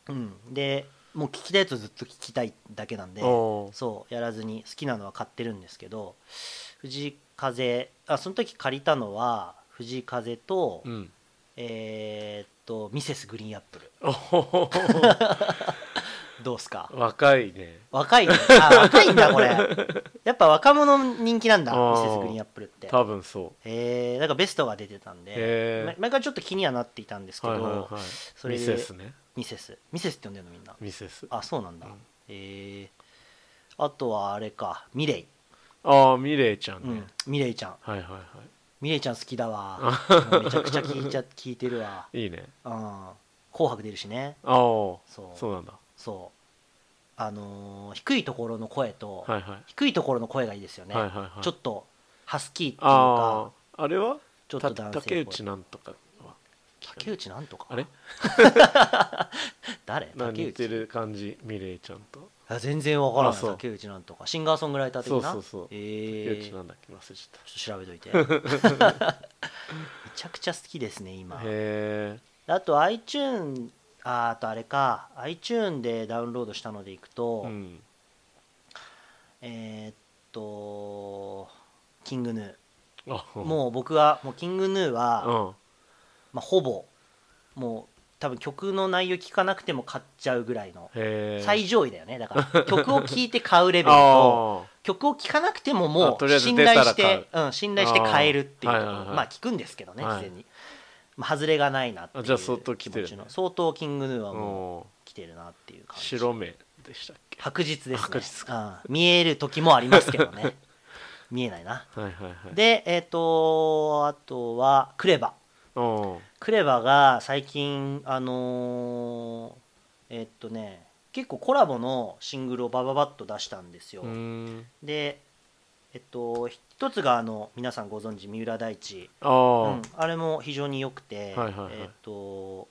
S3: うん、でもう聞きたいとずっと聞きたいだけなんで
S2: えおー
S3: そうやらずに好きなのは買ってるんですけど藤井風あその時借りたのは藤井風と、
S2: うん
S3: えーっとミセスグリーンアップル
S2: おほほほ
S3: どうっすか
S2: 若いね
S3: 若いねあ若いんだ これやっぱ若者人気なんだ
S2: あー
S3: ミセスグリーンアップルって
S2: 多分そう
S3: えー、なんかベストが出てたん
S2: へ
S3: で
S2: ー
S3: ま毎回ちょっと気にはなっていたんですけど、
S2: はいはいはい
S3: それ
S2: ミセ
S3: で
S2: スね
S3: ミセスミセスって呼んでるのみんな
S2: ミセスあ
S3: あそうなんだ、
S2: うん
S3: えー、あとはあれかミレイ、
S2: あミレイちゃん
S3: う
S2: ね、
S3: ん、ミレイちゃん
S2: はいはいは
S3: ミレイちゃん好き だわもうめちゃくちゃ聞いちゃ聞いてるわ、
S2: いいいね
S3: うん、紅白出るしね
S2: ああそ
S3: そう
S2: そうなんだ
S3: そうあのー低いところの声と、
S2: はいはい、
S3: 低いところの声がいいですよね、
S2: はいはいはい
S3: ちょっとハスキーっ
S2: あ
S3: ていうか
S2: ああれは
S3: ちょっと
S2: た
S3: 男性っぽい
S2: 竹内なんとかは
S3: 竹内なんとか
S2: あれ
S3: 誰
S2: なんか
S3: 竹
S2: 似て
S3: 内
S2: る感じミレイちゃんと
S3: あ全然わから
S2: あ
S3: ない
S2: そう
S3: 竹内なんとかシンガーソングライター的な
S2: そうそうそう
S3: え
S2: 竹
S3: ー
S2: 内
S3: ちょ
S2: な
S3: っ
S2: んだっけ忘れちゃっ
S3: と調べ といてめちゃくちゃ好きですね
S2: た
S3: 今
S2: へえ
S3: あと iTune ああとあれか iTune でダウンロードしたのでいくと、
S2: うん
S3: えーっとキングヌ
S2: あ
S3: ー
S2: う
S3: もう僕はもうキングヌーは、
S2: うん
S3: まあ、ほぼもう多分曲の内容聞かなくても買っちゃうぐらいの
S2: へえ
S3: 最上位だよねだ から曲を聴いて買うレベルと
S2: あ
S3: 曲を聴かなくても
S2: あ
S3: も
S2: とりあ
S3: う
S2: えず
S3: 信
S2: 出た
S3: 頼
S2: ら
S3: して、うん、信頼して買えるっていうところ
S2: あーはいはいはい
S3: まあ聞くんですけどね
S2: はい
S3: 事前に、まあ、外れがないなっていう
S2: あじゃあ相当来
S3: 気
S2: てる
S3: 持ちの相当キングヌー
S2: あ
S3: はもう
S2: も
S3: 来てるなっていう
S2: う
S3: 感じ
S2: 白目でしたっけ
S3: 白日ですね
S2: 白日
S3: うん、見える時もありますけど ね見えないな
S2: はいはいはい
S3: でえっ、とあとはクレバ
S2: うん
S3: クレバが最近あのーえっとね結構コラボのシングルをバババッと出したんですよ、
S2: うーん
S3: でえっと一つがあの皆さんご存知三浦大知
S2: あ
S3: あ,、う
S2: あ
S3: ん、あれも非常に良くて、
S2: はいはいはい
S3: えっと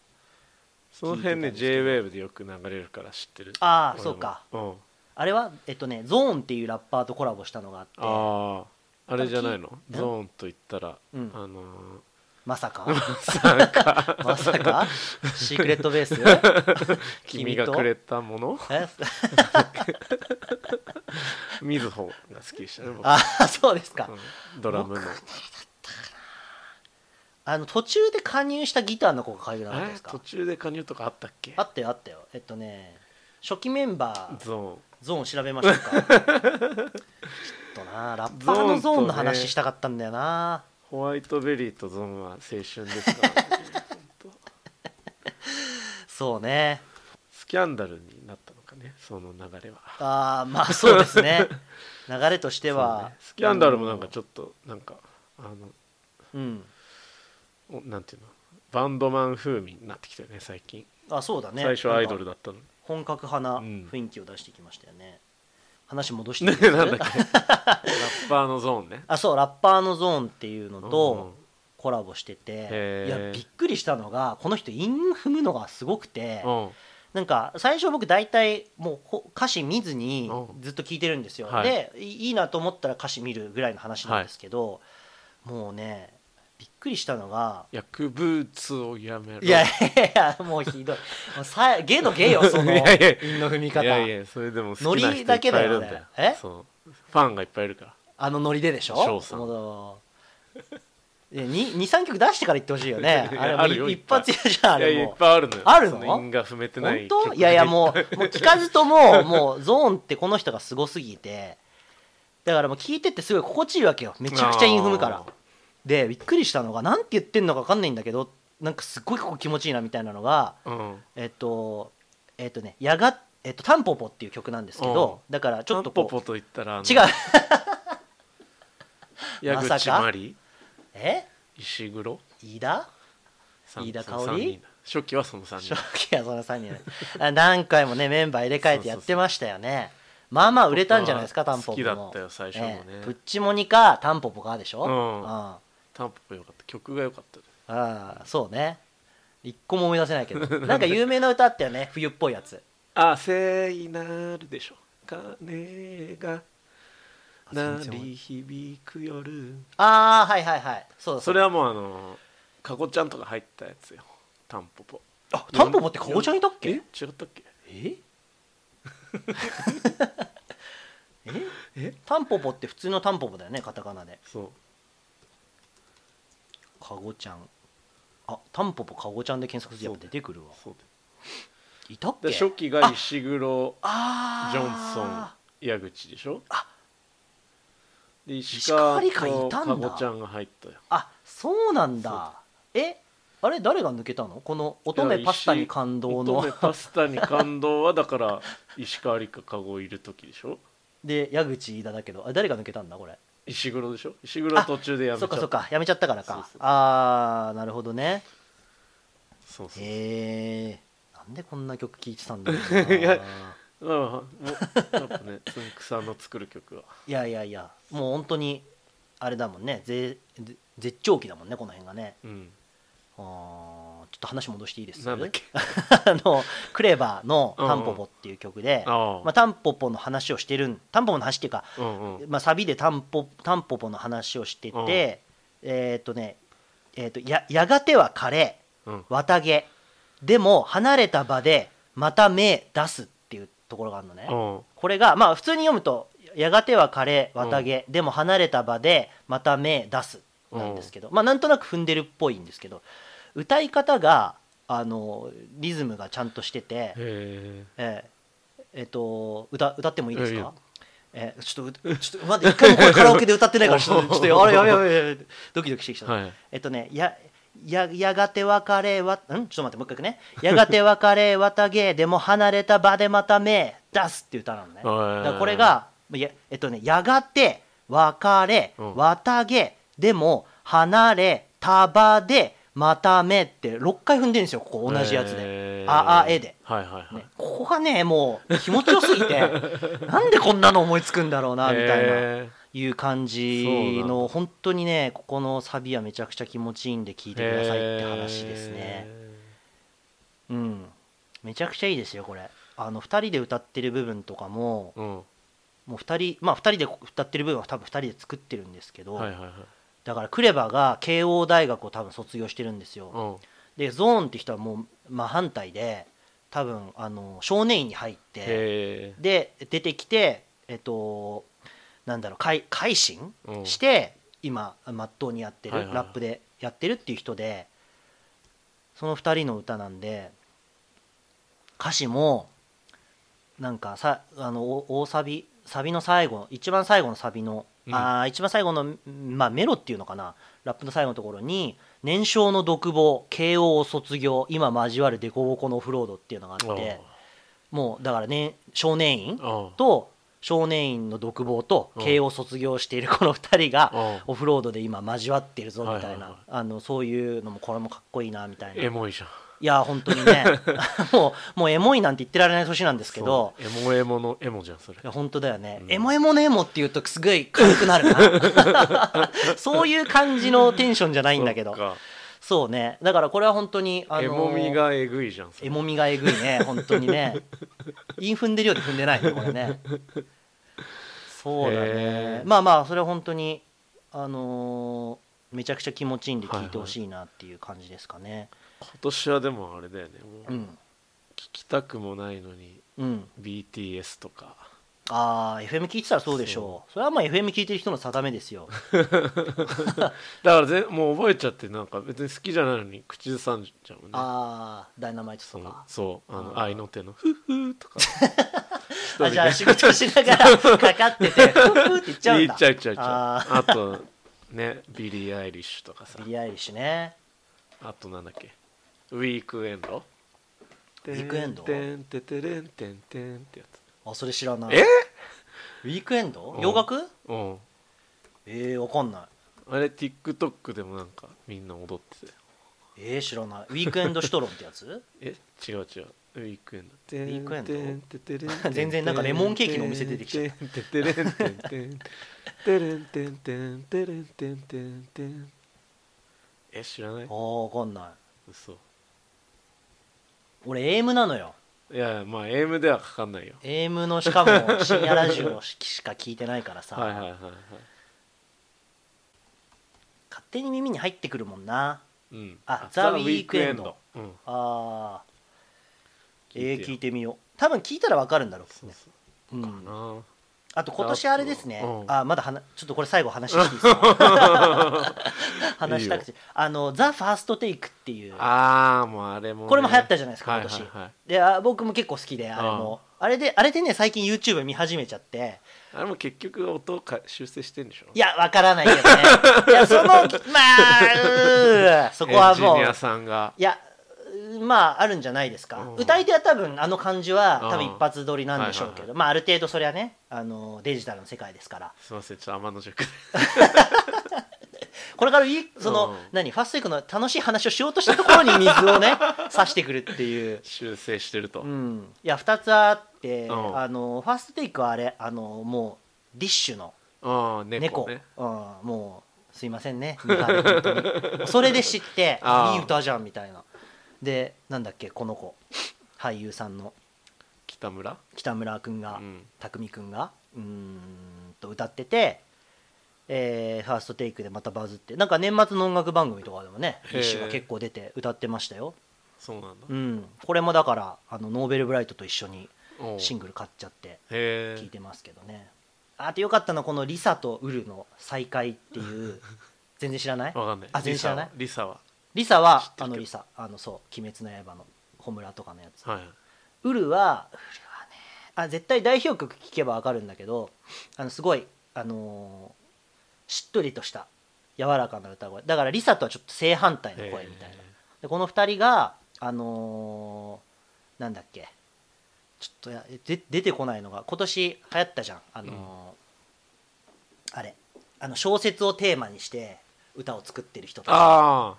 S2: その辺ね
S3: 聞いてたんですけど
S2: JWAVE でよく流れるから知ってる俺
S3: ああ
S2: も
S3: そうか
S2: うん
S3: あれはえっとねゾーンっていうラッパーとコラボしたのがあって
S2: あああれじゃないの
S3: え
S2: ゾーンと言ったら
S3: うん
S2: あの
S3: まさ か
S2: ーなん か
S3: まさかシークレット ベース
S2: 君がくれたもの
S3: え
S2: みずほが好きでしたね僕
S3: ああそうですか、
S2: うんドラムの
S3: あの途中で加入したギターの子が書いてなかった
S2: え
S3: です
S2: 途
S3: か
S2: 中で加入とかあったっけ
S3: あったよあったよえっとね初期メンバー
S2: ゾ
S3: ゾーン調べましょう かちょっとなラッパーのゾーンの
S2: ゾーンと
S3: 話
S2: ね
S3: したかったんだよな、
S2: ーンホワイトベリーとゾーンは青春です からね本当
S3: そうね
S2: スキャンダルになったのかねねその流れは
S3: ああまあそうで すね流れとして
S2: そう
S3: は、
S2: ねスキャンダルもなんかちょっとなんかあ
S3: うん
S2: のおなんていうのバンドマン風味になってきたよね最近
S3: あそうだね
S2: 最初アイド
S3: なんか
S2: ルだったのに
S3: 本格派な
S2: うん
S3: 雰囲気を出してきましたよね、話戻していい
S2: ね
S3: で す
S2: なんだっけラッパーのゾーンね
S3: あそうラッパーのゾーンっていうの
S2: うんうん
S3: とコラボして
S2: へ
S3: て
S2: ー
S3: いやびっくりしたのがこの人韻踏むのがすごくて
S2: うん
S3: なんか最初僕大体もうほ歌詞見ずに
S2: うん
S3: ずっと聞いてるんですよ
S2: はい
S3: でいいいなと思ったら歌詞見るぐらいの話なんですけどもうねびっくりしたのが
S2: 薬物をやめろ
S3: いやいやいやもうひどいもうさゲ のゲよその
S2: いやいや
S3: 韻の踏み
S2: いやい
S3: 方
S2: やそれでも好きな
S3: ノ
S2: 人い
S3: リ
S2: っぱ
S3: だ
S2: い
S3: けだ
S2: いる
S3: よ
S2: ん
S3: ね
S2: だよ
S3: え
S2: そうファンがいっぱいいるから
S3: あのノリででしょ
S2: 翔さん
S3: もう23曲出してから言ってほしいよ ね
S2: いや
S3: あれも
S2: あるよ
S3: い
S2: いっ
S3: 一
S2: ぱい
S3: 発屋じゃんあ
S2: いやい
S3: れ
S2: やい
S3: も
S2: っぱいあるのよ
S3: あるの
S2: そ韻が踏めてない
S3: 本当
S2: 曲
S3: いやいやもうもう聞かずとももうゾーンってこの人がすごすぎてだからもう聞いてってすごい心地いいわけよめちゃくちゃインフムから
S2: あー
S3: でびっくりしたのがなんて言ってんのか分かんないんだけどなんかすっごいここ気持ちいいなみたいなのが
S2: うん
S3: えっとえっとねやがえっとタンポポっていう曲なんですけどだからち
S2: ちょ
S3: ょ
S2: っ
S3: っ
S2: と
S3: と
S2: ポ
S3: こう
S2: ポと言ったらあの
S3: 違う
S2: 矢
S3: ま
S2: 口
S3: さか
S2: 真理
S3: え
S2: 石黒
S3: 飯田
S2: さん
S3: 飯田
S2: その
S3: 香織
S2: 三人だ初期はその3
S3: 正
S2: 人
S3: 気はその3人だ何回もねメンバー入れ替えてやってましたよねまあまあ売れたんじゃないですか
S2: タ
S3: タ
S2: ン
S3: ン
S2: ポポ
S3: ポ
S2: は
S3: ポも
S2: 好きだったよ最初もね
S3: プッチモニかタンポポかでしょ、
S2: うん
S3: あ
S2: タンポポよかった曲が良かった
S3: あそうね一個も思い出せないけど なんか有名な歌あったよね冬っぽいやつ
S2: 汗になるでしょ鐘が鳴り響く夜
S3: ああはいはいはいそうだ
S2: そうれ
S3: だ
S2: はもうあのかこちゃんとか入ったやつよタンポポ
S3: あタンポポってかごちゃんいたっ
S2: え
S3: け
S2: 違ったっけ
S3: ええ
S2: え
S3: タンポポって普通のタンポポだよねカタカナで
S2: そう
S3: かごちゃんあタンポポかごちゃんで検索するとやっぱ出てくるわ
S2: そう
S3: いたっ
S2: で
S3: け
S2: 初期が石黒
S3: あ
S2: ジョンソン矢口でしょ
S3: あ
S2: で石川
S3: 石川理香い
S2: と
S3: たん
S2: か
S3: だ
S2: ごちゃんが入ったよ
S3: あそうなん
S2: そう
S3: だえあれ誰が抜けたのこの乙女パスタに感動
S2: いや
S3: の
S2: 石乙女パスタに感動はだから石川理香籠いる時でしょ
S3: で矢口飯田だけどあ誰が抜けたんだこれ
S2: 石黒でしょ石黒は途中でやめち
S3: そ
S2: ゃ
S3: っ
S2: っ
S3: か
S2: た
S3: そっかやめちゃったからか
S2: そうそう
S3: あーなるほどね
S2: そうそう
S3: へえなんでこんな曲聴いてたんだろう
S2: いや
S3: な
S2: まあまあもうやっぱねつんくさんの作る曲はい
S3: やいやいやもう本当にあれだもんねぜぜ絶頂期だもんねこの辺がね
S2: うん
S3: あーちょっと話戻していいです
S2: なんだっけあ
S3: あのクレバーの「タンポポ」っていう曲で、
S2: あ
S3: まあ、タンポポの話をしてるんタンポポの話っていうか、
S2: うんうん
S3: まあ、サビでタンポタンポポの話をして
S2: うん
S3: て、えーっとね、えーっとややがては枯れ
S2: うん
S3: 綿毛でも離れた場でまた芽出すっていうところがあるのね、
S2: うん
S3: これがまあ普通に読むと「やがては枯れ綿毛、でも離れた場でまた芽出す」なんですけど、まあなんとなく踏んでるっぽいんですけど歌い方があのリズムがちゃんとしてて
S2: へ、え
S3: えーえっと歌歌ってもいいです
S2: いい
S3: か
S2: よ
S3: えーちょっとうちょっと待って一回もこれカラオケで歌ってな いからちょっとちょっとあれやべやべやべドキドキしてきた、
S2: はい
S3: えっとねやややがて別れはんちょっと待ってもう一回ねやがて別れ綿毛でも離れた場でまた目出すっていう歌なのねだ
S2: ー
S3: からこれがいやえっとねやがて別れ
S2: うん
S3: 綿毛でも離れた場でまた目って6回踏んでるんですよここ同じやつで、
S2: へー
S3: ああえで
S2: はいはいはい、
S3: ね、ここがねもう気持ちよすぎ てなんでこんなの思いつくんだろうなみたいな
S2: へ
S3: いう感
S2: そう
S3: じ
S2: なん
S3: の
S2: だ
S3: 本当にねここのサビはめちゃくちゃ気持ちいいんで聞いてくださいって話ですね
S2: へ
S3: うんめちゃくちゃいいですよこれあの2人で歌ってる部分とかも
S2: ーうん
S3: もう2人まあ2人で歌ってる部分は多分2人で作ってるんですけど、
S2: はいはいはい
S3: だからクレバが慶応大学を多分卒業してるんですよ、
S2: うん
S3: でゾーンって人はもう真反対で多分あの少年院に入って
S2: へえ
S3: で出てきてえっとなんだろう改改心
S2: うん
S3: して今まっとうにやってる、
S2: はいはいはい
S3: ラップでやってるっていう人でその2人の歌なんで歌詞もなんかさあのお大サビサビの最後一番最後のサビの、
S2: うん
S3: あー一番最後の、まあ、メロっていうのかなラップの最後のところに「年少の独房慶応を卒業今交わる凸凹のオフロード」っていうのがあって。もうだからね少年院
S2: うん
S3: と少年院の独房と
S2: うん
S3: 慶応卒業しているこの2人が
S2: う
S3: オフロードで今交わってるぞみた
S2: はい
S3: い
S2: はいはい
S3: なあのそういうのもこれもかっこいいなみたいな
S2: エ
S3: い
S2: モいじゃん
S3: や本当にね もうもうエモいなんて言ってられない年なんですけど
S2: そうエモエモのエモじゃんそれ
S3: いや本当だよね、
S2: うん
S3: エモエモのエモって言うとすごい軽くなる なそういう感じのテンションじゃないんだけど
S2: そっ
S3: そう
S2: か
S3: ねだからこれは本当に、あのー
S2: エモみがえぐいじゃんそれ
S3: エモみがえぐい ね本当にね韻踏んでるようで踏んでないねこれねそうだね、
S2: へー
S3: まあまあそれは本当にあのーめちゃくちゃ気持ちいいんで聞いてほしいなっていう感じですかね、
S2: 今年はでもあれだよねもう聞きたくもないのに
S3: うんうん
S2: BTS とか
S3: ああ FM 聞いてたらそうでしょうそれはまあ FM 聞いてる人の定めですよ
S2: だからぜもう覚えちゃってなんか別に好きじゃないのに口ずさんじゃうもんね
S3: ああダイナマイト
S2: そ
S3: と
S2: の
S3: か
S2: そうあの
S3: あー
S2: 愛の手の「フッフー」とか
S3: あじゃあ仕事しながらかかっててフーフーって言っちゃうん
S2: 言
S3: だ
S2: っちゃう言っちゃう言っち
S3: あ
S2: ゃうあとねビリー・アイリッシュとかさ
S3: ビリー・アイリッシュね
S2: あとなんだっけウィークエンドウ
S3: ィークエンド
S2: てんてんてれんてんてんってやつ
S3: あそれ知らない
S2: え
S3: ウィークエンド
S2: うん
S3: 洋楽
S2: うん
S3: ええわかんない
S2: あれ TikTok でもなんかみんな踊ってて
S3: えー、知らないウィークエンドシュトロンって やつ
S2: え違う違うウィークエンドウ
S3: ィークエンド
S2: ド
S3: 全然なんかレモンケーキのお店出てきちゃ
S2: ったてれんてんてんてれんてんてんてれんてんてんてん え知らない
S3: ああわかんない
S2: 嘘
S3: 俺 AM なのよ
S2: いやまあ AM ではかかんないよ
S3: AM のしかも深夜ラジオししか聞いてないからさ、
S2: はいはいはいはい
S3: 勝手に耳に入ってくるもんな
S2: うん
S3: あザウィークエンド
S2: ザウィークエンド
S3: あー
S2: 聞
S3: え
S2: いて
S3: ー
S2: よ
S3: 聞いてみよう多分聞いたらわかるんだろうけ
S2: そ
S3: ど
S2: う
S3: ね
S2: そううんかな
S3: あと今年あれですね、
S2: うん
S3: あまだはなちょっとこれ最後話していいですか 話したくてあの「ザ・ファーストテイクっていう
S2: ああもうあれもね
S3: これも流行ったじゃないですか
S2: はい
S3: 今
S2: はい
S3: 年、
S2: はい
S3: であ僕も結構好きであれも、あれであれでね最近 YouTube 見始めちゃって
S2: あれも結局音をか修正してんでしょ
S3: いやわからないけ どねいやそのまあうーそこは
S2: エン
S3: も
S2: ジニ
S3: う
S2: アさんが
S3: いやうまああるんじゃないですか、
S2: うん
S3: 歌い手は多分あの感じは
S2: うん
S3: 多分一発撮りなんでしょうけど、
S2: はいはい
S3: まあある程度それはねあのデジタルの世界ですから
S2: すいませんちょっと天の塾
S3: これからいいその、
S2: うん
S3: 何ファストエイクの楽しい話をしようとしたところに水を ね差してくるっていう
S2: 修正してると、
S3: うん、いや2つあって、
S2: うん
S3: あのファーストテイクはあれあのもうディッシュの
S2: ああ猫
S3: 猫
S2: ね
S3: うん、もうすいませんね見た目本当 にそれで知って
S2: あー
S3: いい歌じゃんみたいなでなんだっけこの子俳優さんの
S2: 北村
S3: 北村君が、
S2: うん
S3: 匠君がうーんと歌ってて、えーファーストテイクでまたバズってなんか年末の音楽番組とかでもね
S2: へー
S3: ディッシュが結構出て歌ってましたよ、
S2: そうなんだ、
S3: うん、これもだからあのノーベルブライトと一緒に
S2: おう
S3: シングル買っちゃって
S2: へ
S3: 聞い
S2: え
S3: てますけどねあとよかったのはこのリサとウルの再会っていう 全然知らない
S2: わかんない
S3: あ全然知らない
S2: リサは
S3: リサは
S2: てるけど
S3: あのリサあのそう「鬼滅の刃」のホムラとかのやつ
S2: リサははい
S3: ウルはウルはねあ絶対代表曲聴けばわかるんだけどあのすごいあのーしっとりとした柔らかな歌声だからリサとはちょっと正反対の声みたいな
S2: へ
S3: でこの2人があのーなんだっけちょっとやで出てこないのが今年流行ったじゃんあのー、あれあの小説をテーマにして歌を作ってる人
S2: ー
S3: とか
S2: ああ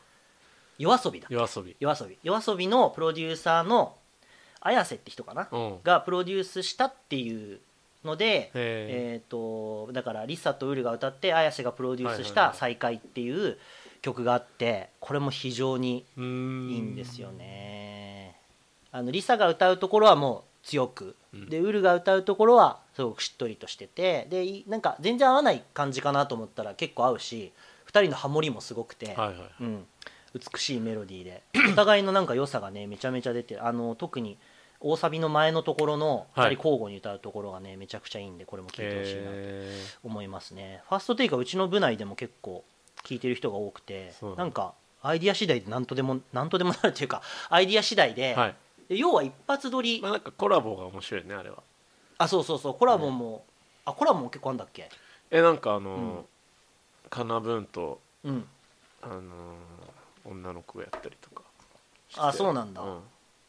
S3: 夜遊びだ
S2: 夜遊び
S3: 夜遊び夜遊びのプロデューサーの綾瀬って人かな
S2: うん
S3: がプロデュースしたっていうので
S2: へえ
S3: えー、とだからリサとウルが歌って綾瀬がプロデュース
S2: はい
S3: し
S2: はい
S3: た「
S2: はい
S3: 再会」っていう曲があってこれも非常に
S2: うーん
S3: いいんですよねあのリサが歌うところはもう強く
S2: うん
S3: でウルが歌うところはすごくしっとりとしててでいなんか全然合わない感じかなと思ったら結構合うし2人のハモリもすごくて、
S2: はいはい
S3: うん、美しいメロディーでお互いのなんか良さがねめちゃめちゃ出てあの特に大サビの前のところの
S2: はい
S3: 2人交互に歌うところがねめちゃくちゃいいんでこれも聴いてほしいなと
S2: へ
S3: 思いますね、ファーストテイクはうちの部内でも結構聴いてる人が多くて
S2: そう
S3: なんかアイディア次第で何とでも 何とでもなるというかアイディア次第で、
S2: えはい
S3: 要は一発撮り
S2: まあなんかコラボが面白いねあれは
S3: あそうそうそうコラボも、あコラボも結構あんだっけ
S2: えなんかあの
S3: うん
S2: ーかなぶんと
S3: うん
S2: あのー女の子がやったりとかして
S3: あそうなんだ
S2: うん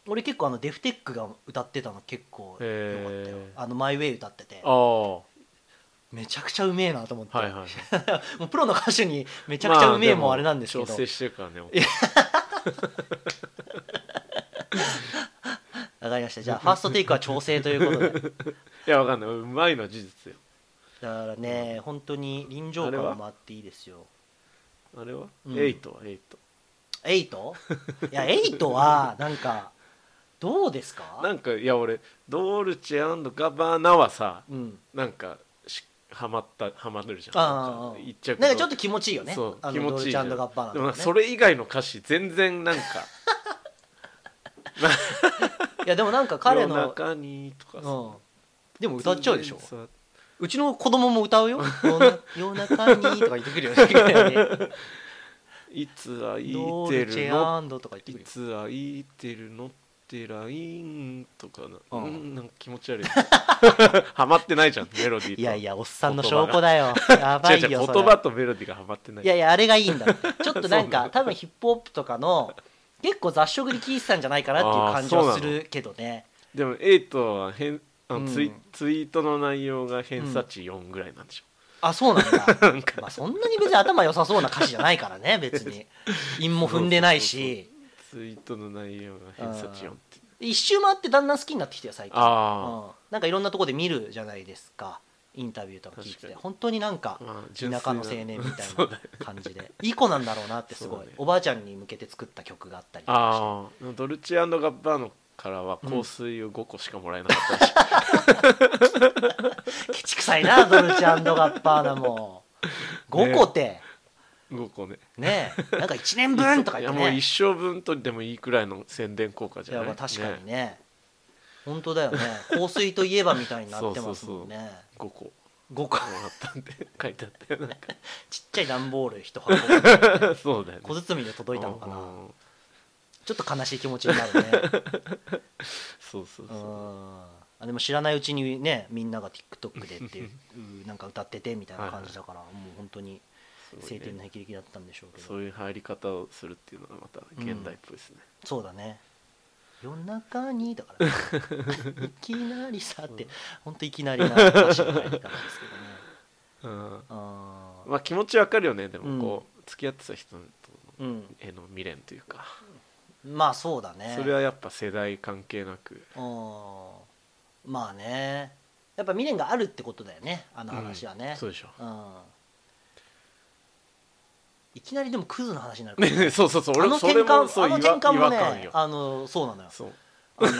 S3: 俺結構あのデフテックが歌ってたの結構よかったよ、
S2: へー
S3: あの「マイ・ウェイ」歌ってて
S2: ああは
S3: めちゃくちゃうめえなと思って、
S2: いはいはい
S3: もうプロの歌手にめちゃくちゃうめえもあれなんですけ
S2: ま
S3: ど
S2: あ、も調整してるからね
S3: わかりましたじゃあファーストテイクは調整ということで
S2: いやわかんないうまいのは事実よ
S3: だか らね本当に臨場感もあっていいですよ
S2: あれは、
S3: うん
S2: エイトはエイト
S3: エイトいやエイトはなんかどうですか
S2: なんかいや俺ドルチェガバナはさ
S3: うん
S2: なんかしハマったハマるじゃん
S3: ああ
S2: なんか一着
S3: なんかちょっと気持ちいいよね
S2: そう
S3: あの
S2: 気持ちいいじゃん
S3: ドルチェガッバーナと
S2: で
S3: か
S2: も
S3: ね
S2: なんかそれ以外の歌詞全然なんか
S3: いやでもなんか彼
S2: 彼の
S3: の、
S2: 中にとかさ
S3: うん、でも歌っちゃうでしょ
S2: 全然さ
S3: うちの子供も 歌うよ夜な夜中にとか言ってくる よね
S2: いつ会い
S3: ド
S2: て
S3: ルチ
S2: る
S3: ェ
S2: の
S3: アンドとか言って
S2: い
S3: くるよ
S2: つ会いてるのってラインとかな,、
S3: う
S2: うんん、なんか気持ち悪い ハマってないじゃんメロディーと
S3: いやい
S2: や
S3: やおっさんの証拠だ よやばい
S2: 違う違
S3: よ
S2: う
S3: そ
S2: 言
S3: れ
S2: 葉とメロディーがハマってない
S3: いやいやあれが いいんだってちょっとなん
S2: そうな
S3: か
S2: の
S3: 多分ヒップホップとかの結構雑食に聴いてたんじゃないかなっていう感じ
S2: あー
S3: はす
S2: そうなの
S3: るけどね
S2: でもエイトは変あのツイ,、
S3: うん
S2: ツイートの内容が偏差値4ぐらいなんでしょ、
S3: あそうなんだ
S2: なんか
S3: まあそんなに別に頭良さそうな歌詞じゃないから ね別に韻も踏んでないし
S2: ツイートの内容が偏差値4って
S3: 一周回ってだんだん好きになってきてよ最近
S2: あ
S3: うん、なんかいろんなとこで見るじゃないですかインタビューとか聞い
S2: 確
S3: て
S2: か
S3: て
S2: に
S3: 本当になんか
S2: まあ
S3: 田
S2: 純粋な
S3: 舎の青年みたい
S2: そうだ
S3: な感じでいい子なんだろうなってすご
S2: そう
S3: い
S2: だね
S3: おばあちゃんに向けて作った曲があったりとか
S2: ああドルチェガッバーノからは香水を5個しかもらえなかったらしい、
S3: してケチくさいなドルチェガッパー ナも5個って
S2: 5個ね
S3: ねえなんか1年分とか
S2: い
S3: 言
S2: や
S3: って
S2: もう
S3: ね
S2: 一生分とでもいいくらいの宣伝効果じ
S3: い
S2: ゃな
S3: や
S2: い
S3: まあ確かにね本当 だよね香水といえばみたいになってますもんね
S2: 5個も
S3: 5個
S2: らったん で書いてあったよなん
S3: ちっちゃい段ボール1 箱
S2: か そうだよね
S3: 小包で届いたのか
S2: う
S3: なん
S2: うん
S3: ちょっと悲しい気持ちになるね
S2: そうそう
S3: う
S2: そ
S3: ん
S2: う
S3: あでも知らないうちにねみんなが TikTok でっていううんなんか歌っててみたいな感じだから、もう本当に
S2: すご
S3: 晴
S2: いね
S3: 天の霹靂だったんでしょうけどそ
S2: そうういう入り方をするっていうのがまた現代っぽいですね、
S3: だね夜中にだから いきなりさって、本当いきなりな歌詞の入り方ですけどね
S2: うん
S3: あ
S2: まあ気持ちわかるよねで
S3: うん
S2: もこう、付き合ってた人と
S3: ーうん
S2: への未練というか、
S3: まあそうだね
S2: それはやっぱ世代関係なく
S3: うんまあねやっぱ未練があるってことだよねあの話は
S2: う
S3: ね
S2: ん、そうでしょ
S3: うんいきなりでもクズの話になるからね
S2: ねそうそうそう
S3: あ
S2: 俺
S3: の
S2: もそ
S3: 転
S2: れも
S3: 換
S2: そ
S3: あ
S2: う
S3: の
S2: 違和
S3: 転換も
S2: 違和感
S3: ね
S2: よ
S3: あのそうなのよ
S2: そう
S3: あ の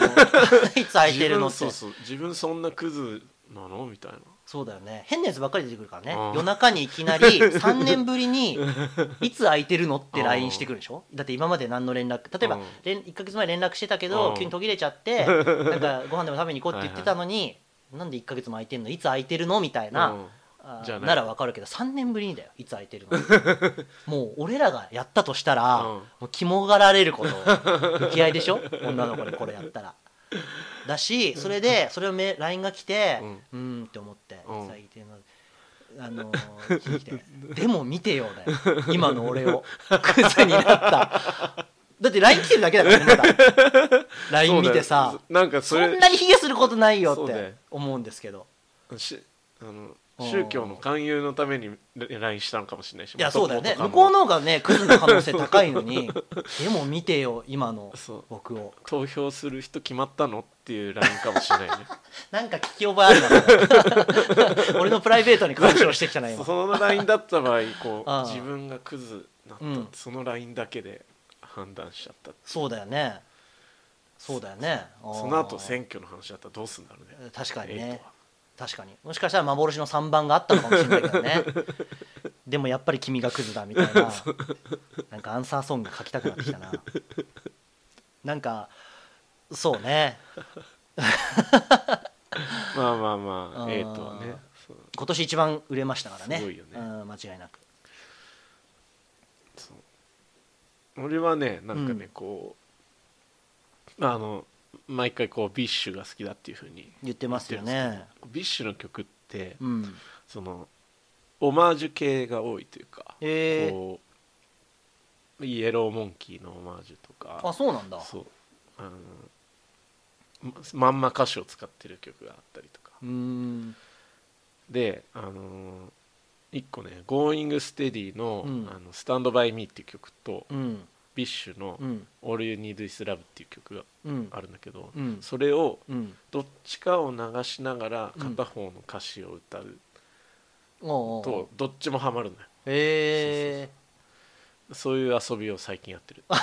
S3: いつ空いてるのって
S2: 自分そうそう自分そんなクズなのみたいな
S3: そうだよね変なやつばっかり出てくるからね
S2: うん
S3: 夜中にいきなり3 年ぶりに「いつ空いてるの?」って LINE してくるでしょだって今まで何の連絡例えば
S2: うん
S3: 1か月前連絡してたけ
S2: う
S3: ど
S2: ん
S3: 急に途切れちゃってなんかご飯でも食べに行こうって言ってた のになんで1か月も空いてんのいつ空いてるのみたいな
S2: うん
S3: あー
S2: じゃあね
S3: ならわかるけど3年ぶりにだよいつ空いてる のもう俺らがやったとしたら、
S2: うん
S3: もう肝がられること 向き合いでしょ女の子にこれやったらだしそれでそれをめ LINE が来て
S2: うん
S3: うーんって思って、
S2: うん
S3: いつ空いてるのあのー聞いてでも見てよだよ今の俺をクズになっただって LINE 来てるだけだからねまだ LINE 見て
S2: そ
S3: さ
S2: うだよなんかそ
S3: そん
S2: れ
S3: なにヒゲすることないよ
S2: そ
S3: っ
S2: うだよ
S3: て思うんですけど
S2: しあの
S3: うん
S2: 宗教の勧誘のために LINE したのかもしれないし
S3: いやそうだよね
S2: 元々
S3: 向こうの方が ねクズの可能性高いのにでも見てよ今の
S2: そう
S3: 僕を
S2: 投票する人決まったのっていう LINE かもしれ ないね
S3: なんか聞き覚えあるな 俺のプライベートに干渉してきたな
S2: そ
S3: 今
S2: その LINE だった場合こ
S3: ああ
S2: う自分がクズなった、
S3: うん
S2: その LINE だけで判断しちゃった
S3: そうだよねそうだよね
S2: その後選挙の話だったらどうすんだろうね
S3: 確かに
S2: エイ
S3: ね
S2: トは
S3: 確かにもしかしたら幻の3番があったのかもしれないけ どねでもやっぱり君がクズだみたいななんかアンサーソング書きたくなってきたななんかそうね
S2: まあまあま
S3: あ
S2: あ
S3: ー
S2: エイトはねそう
S3: 今年一番売れましたからね
S2: すごいよね
S3: うん間違いなく
S2: そう俺はねなんかね、
S3: うん
S2: こうあの毎回こうビッシュが好きだっていうふうに
S3: 言ってますよ
S2: 言って
S3: ね
S2: ビッシュの曲って、
S3: うん
S2: そのオマージュ系が多いというか、
S3: へー
S2: こうイエローモンキーのオマージュとか
S3: あそうなんだ
S2: そうあのまんま歌詞を使ってる曲があったりとか
S3: うん
S2: であのー一個ね「Going Steady の」
S3: うん
S2: あの「Stand by Me」っていう曲と、
S3: うん
S2: ビッシュの
S3: う
S2: 「
S3: ん
S2: All You Need Is Love」っていう曲が
S3: うん
S2: あるんだけど、
S3: うん
S2: それを
S3: うん
S2: どっちかを流しながら
S3: うん
S2: 片方の歌詞を歌う
S3: おうおう
S2: とどっちもハマるのよ
S3: へえ
S2: そういう遊びを最近やってる大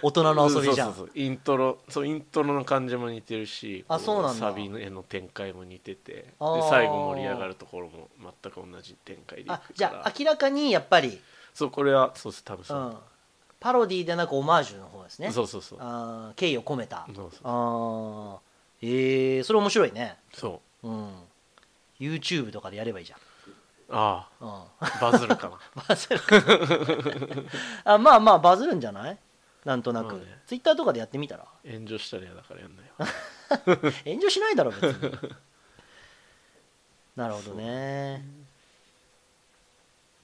S3: 大人の遊びじゃん
S2: そうそうそうイントロそうイントロの感じも似てるし
S3: あ
S2: こ
S3: そうなんだ
S2: サビの絵の展開も似ててで
S3: あー
S2: 最後盛り上がるところも全く同じ展開でいくか
S3: あ
S2: ら
S3: じゃあ明らかにやっぱり、
S2: そうこれはそうです多分
S3: う
S2: そう、
S3: ん、パロディーでなくオマージュの方ですね
S2: そうそうそう
S3: あー敬意を込めた
S2: そうそう
S3: あーえー、それ面白いね、
S2: そう
S3: うん、YouTube とかでやればいいじゃん、
S2: あ
S3: うん、
S2: あバズるかな
S3: バズる かあまあまあバズるんじゃないなんとなく、
S2: まあね
S3: Twitter とかでやってみたら
S2: 炎上したら嫌だからやんないよ
S3: 炎上しないだろ 別になるほどね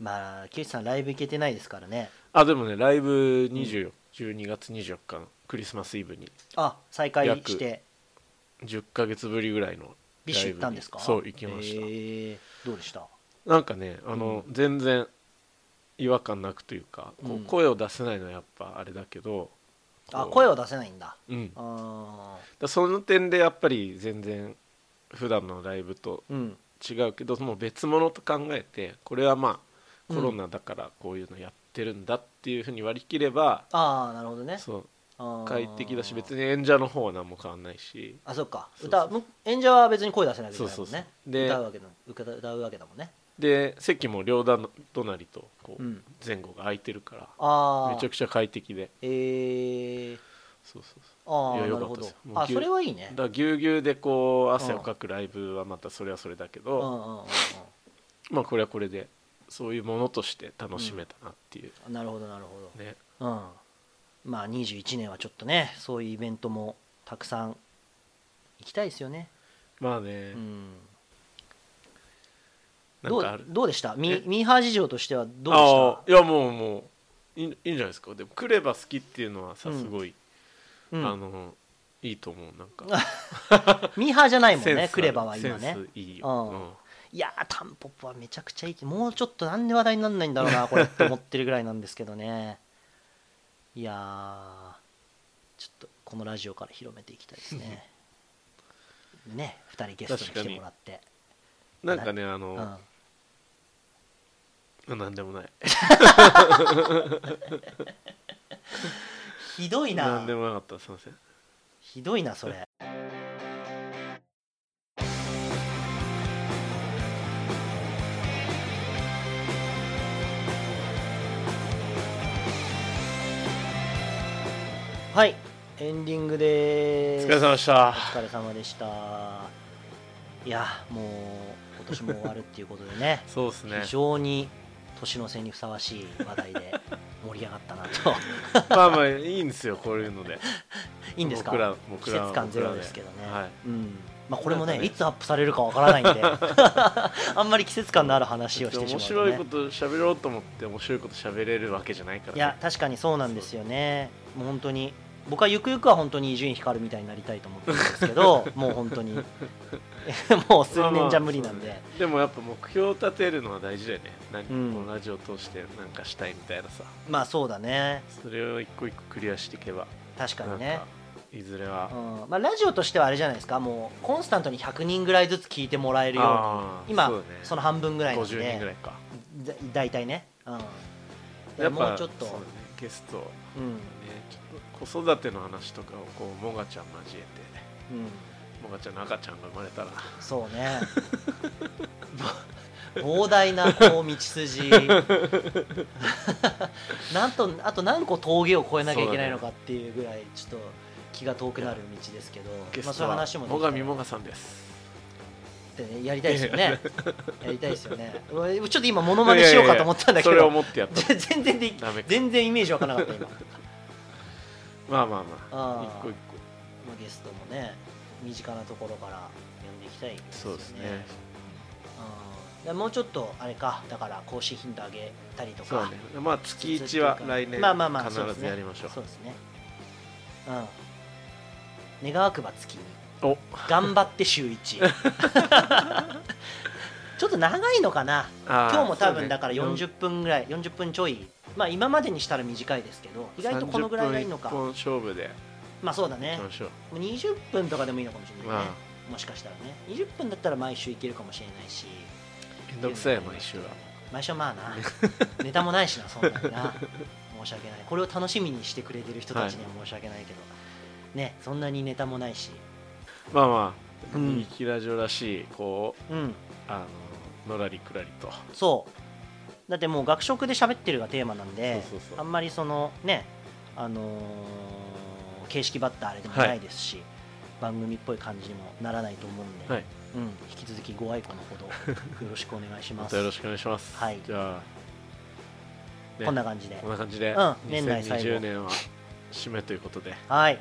S3: まあ木内さんライブ行けてないですからね
S2: あでもねライブ24、12月24日のクリスマスイブに
S3: あ再開して
S2: 10ヶ月ぶりぐらいの
S3: ビッシュ行ったんですか
S2: ライブにそう行きました、
S3: えーどうでした
S2: なんかねあの、全然違和感なくというかこう
S3: うん
S2: 声を出せないのはやっぱあれだけど、
S3: あ
S2: こう
S3: 声を出せないんだ
S2: うん、だか
S3: あ
S2: らその点でやっぱり全然普段のライブと
S3: ーうん
S2: 違うけどもう別物と考えてこれはま
S3: う
S2: あ
S3: ん
S2: コロナだからこういうのやってるんだっていうふうに割り切れば、
S3: ああなるほどね
S2: そう
S3: あー
S2: 快適だし別に演者の方は何も変わんないし
S3: あそっか
S2: そうそう
S3: 歌む演者は別に声出せないわけだも
S2: そうんそう
S3: ね
S2: そうで
S3: 歌うわけだ歌歌うわけだもんね
S2: で席も両段隣とこう
S3: うん
S2: 前後が空いてるから、
S3: ああ
S2: めちゃくちゃ快適で
S3: えー、
S2: そうそうそ
S3: あ
S2: いや
S3: あな
S2: よ
S3: る
S2: かっ
S3: ほ
S2: たで
S3: ど
S2: すよもう
S3: あ
S2: ぎゅ
S3: それはいいね
S2: うだからぎゅうぎゅうでこう汗をかくライブはまたそれはそれだけ
S3: うんうん
S2: ど、
S3: うんうん
S2: まあこれはこれでそういうものとして楽しめたなっていう、
S3: なるほどなるほど、
S2: ね
S3: うんまあ21年はちょっとねそういうイベントもたくさん行きたいですよね
S2: まあね
S3: う、ん
S2: な
S3: ど
S2: んかあ
S3: う
S2: る
S3: どうでしたミ
S2: え
S3: ミーハー事情としてはどう
S2: ああ
S3: でし
S2: いやもうもういいいいんじゃないですかでも来れば好きっていうのはさ
S3: うん
S2: すごい、
S3: た、う
S2: あ
S3: ん、
S2: のいいと思うなん か
S3: ミーハーじゃないもん
S2: センスあ
S3: ね
S2: る
S3: クレバは今
S2: セ
S3: ね
S2: ンスいいよ、
S3: うんいやータンポポはめちゃくちゃいいってもうちょっとなんで話題にならないんだろ うなこれって思ってるぐらいなんですけどねいやーちょっとこのラジオから広めていきたいですね ね2人ゲストに来てもらって、
S2: うんなんかねあ
S3: う
S2: の、
S3: ん、
S2: なんでもない。
S3: ひどい
S2: な
S3: なん
S2: でもなかった、すみません。
S3: ひどいなそれはいエンディングで
S2: お
S3: す
S2: 疲れ様でした
S3: お。疲れ様でしたいやもう今年も終わるっていうことでね
S2: そうです ね
S3: 非。常に年の瀬にふさわしい話題で盛り上がったな と
S2: まあまあ、いいんですよ、こういうので。
S3: いいんですか
S2: 僕ら、僕
S3: 季
S2: ら。
S3: 節感ゼロ
S2: 僕ら
S3: ですけどね、
S2: はい。
S3: うんまあ、これも
S2: な
S3: ね
S2: んかね
S3: いつアップされるかわからないん であんまり季節感のある話をしてしま
S2: 面
S3: うと、
S2: 白い
S3: ね、
S2: こと喋ろうと思って、面白いこと喋れるわけじゃないから、
S3: い
S2: ね。
S3: や確かにそうなんですよねもう本当に僕はゆくゆくは本当に伊集院光みたいになりたいと思ってるんですけ どもう本当に もう数年じゃ無理なんで、
S2: まあまあそうねでもやっぱ目標を立てるのは大事だよね何、
S3: うん
S2: このラジオを通してなんかしたいみたいなさ
S3: まあそうだね
S2: それを一個一個クリアしていけば
S3: 確か
S2: な
S3: に
S2: ん
S3: ね
S2: かいずれは、
S3: うんまあ、ラジオとしてはあれじゃないですかもうコンスタントに100人ぐらいずつ聞いてもらえるよ
S2: あー
S3: うに今そ,、
S2: うだね
S3: の半分ぐらいなんで
S2: 50人ぐらいか
S3: だ大体ね、うん、
S2: やっぱ
S3: もうちょっと
S2: そうだねゲスト
S3: う
S2: ね、
S3: ん
S2: ちょっと子育ての話とかをこうもがちゃん交えて
S3: う
S2: も
S3: ん
S2: がちゃんの赤ちゃんが生まれたら
S3: そう ねぼ膨大なこう道 筋なんとあと何個峠を越えなきゃいけないのかっていうぐらいちょっと気が遠くなる道ですけど、
S2: ゲ
S3: まあ、
S2: ス
S3: そ
S2: ト
S3: ういう
S2: は
S3: 話もで
S2: も
S3: きた
S2: が
S3: ら
S2: みもがさんです
S3: ってねやりたいですよねやりたいですよね俺ちょっと今モノマネしようかと思ったんだけど
S2: いやいやいやそれを持ってやった
S3: 全然でき
S2: ダメか
S3: 全然イメージわからな かった今、ま
S2: まあまあまあ
S3: あー
S2: 一個一
S3: あ、ゲストもね身近なところから呼んでいきたいで
S2: 個
S3: す
S2: そう
S3: よ
S2: ですね
S3: うんだからもうちょっとあれかだから更新頻度上げたりと
S2: そう
S3: か
S2: ねまあ月1は来年
S3: まあまあまあ
S2: 必ずやりましょう
S3: そうですねそうですね願わくば月に
S2: お
S3: 頑張って週1 ちょっと長いのかな
S2: あー
S3: 今日も多
S2: そうね
S3: 分だから40分ぐらい40分ちょいまあ今までにしたら短いですけど意外とこのぐらいがいいの
S2: 30
S3: か
S2: 分一本勝負で
S3: まあそうだね
S2: いきましょう
S3: もう20分とかでもいいのかもしれないね
S2: あ
S3: もしかしたらね20分だったら毎週いけるかもしれないし
S2: めんどくさいよ毎週は
S3: 毎週はま あなネタもないしなそんなにな申し訳ないこれを楽しみにしてくれてる人たちには申し訳ないけど、ねそんなにネタもないし
S2: まあまあ、
S3: うん
S2: ミキラジオらしいこう
S3: うん
S2: あののらりくらりと
S3: そうだってもう学食で喋ってるがテーマなんで
S2: そうそうそう
S3: あんまりそのねあのー形式バッターあれでもないですし、番組っぽい感じにもならないと思うんで、
S2: はい
S3: うん、引き続きご愛顧のほどよろしくお願いし
S2: ま
S3: ます
S2: たよろしくお願いします、
S3: はい
S2: じゃあ、ね
S3: こんな感じで
S2: こんな感じで、
S3: うん年内最後
S2: 2020年は締めということで
S3: はい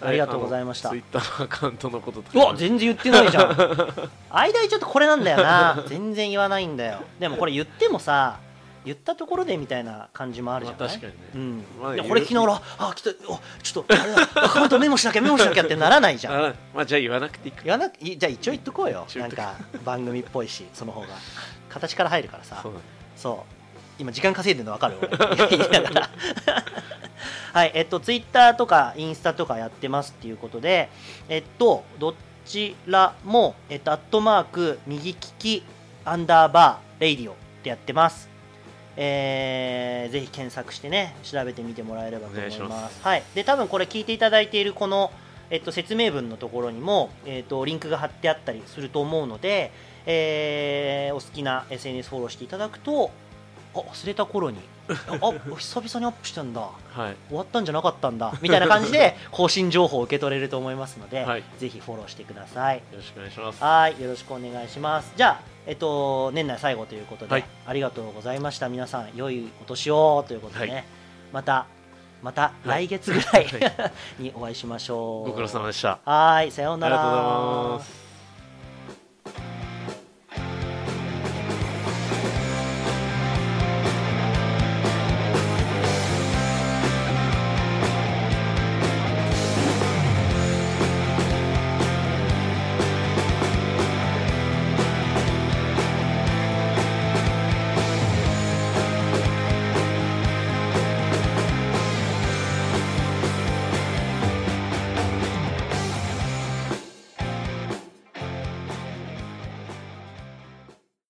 S3: ありがとうございました
S2: ツイッターのアカウントのことと
S3: う
S2: か
S3: わ全然言ってないじゃん間にちょっとこれなんだよな全然言わないんだよでもこれ言ってもさ言ったところでみたいな感じもあるじゃ
S2: ま
S3: な
S2: あ
S3: い
S2: 確かにね
S3: うん
S2: まあ
S3: いやこれ昨日俺はあ来たおちょっとあれだアカウントメモしなきゃメモしなきゃってならないじゃん
S2: あまあじゃあ言わなくていいか
S3: 言わなくいじゃあ一応言っとこうよ
S2: 一応
S3: な
S2: 言っ
S3: ん
S2: とこう
S3: か番組っぽいしその方が形から入るからさ
S2: そうだね
S3: そう今時間稼いでるの分か る俺言いながらはいえっとツイッターとかインスタとかやってますっていうことでえっとどちらもえっとアットマーク右利きアンダーバーレイディオってやってますえーぜひ検索してね調べてみてもらえればと思います
S2: お願いします
S3: はい、で多分これ聞いていただいているこの、えっと、説明文のところにも、えっと、リンクが貼ってあったりすると思うので、えーお好きな SNS フォローしていただくとあ忘れた頃に ああ久々にアップしたんだ
S2: はい
S3: 終わったんじゃなかったんだみたいな感 じで更新情報を受け取れると思いますので、
S2: はい
S3: ぜひフォローしてください
S2: よろしくお願いします
S3: はいよろしくお願いしますじゃあえっと年内最後ということで、
S2: はい
S3: ありがとうございました皆さん良いお年をということでね、
S2: は
S3: またまた
S2: はい
S3: 来月ぐらい、
S2: は
S3: にお会いしましょう
S2: ご苦労様でした
S3: はいさような
S2: あり
S3: ら
S2: がとうございます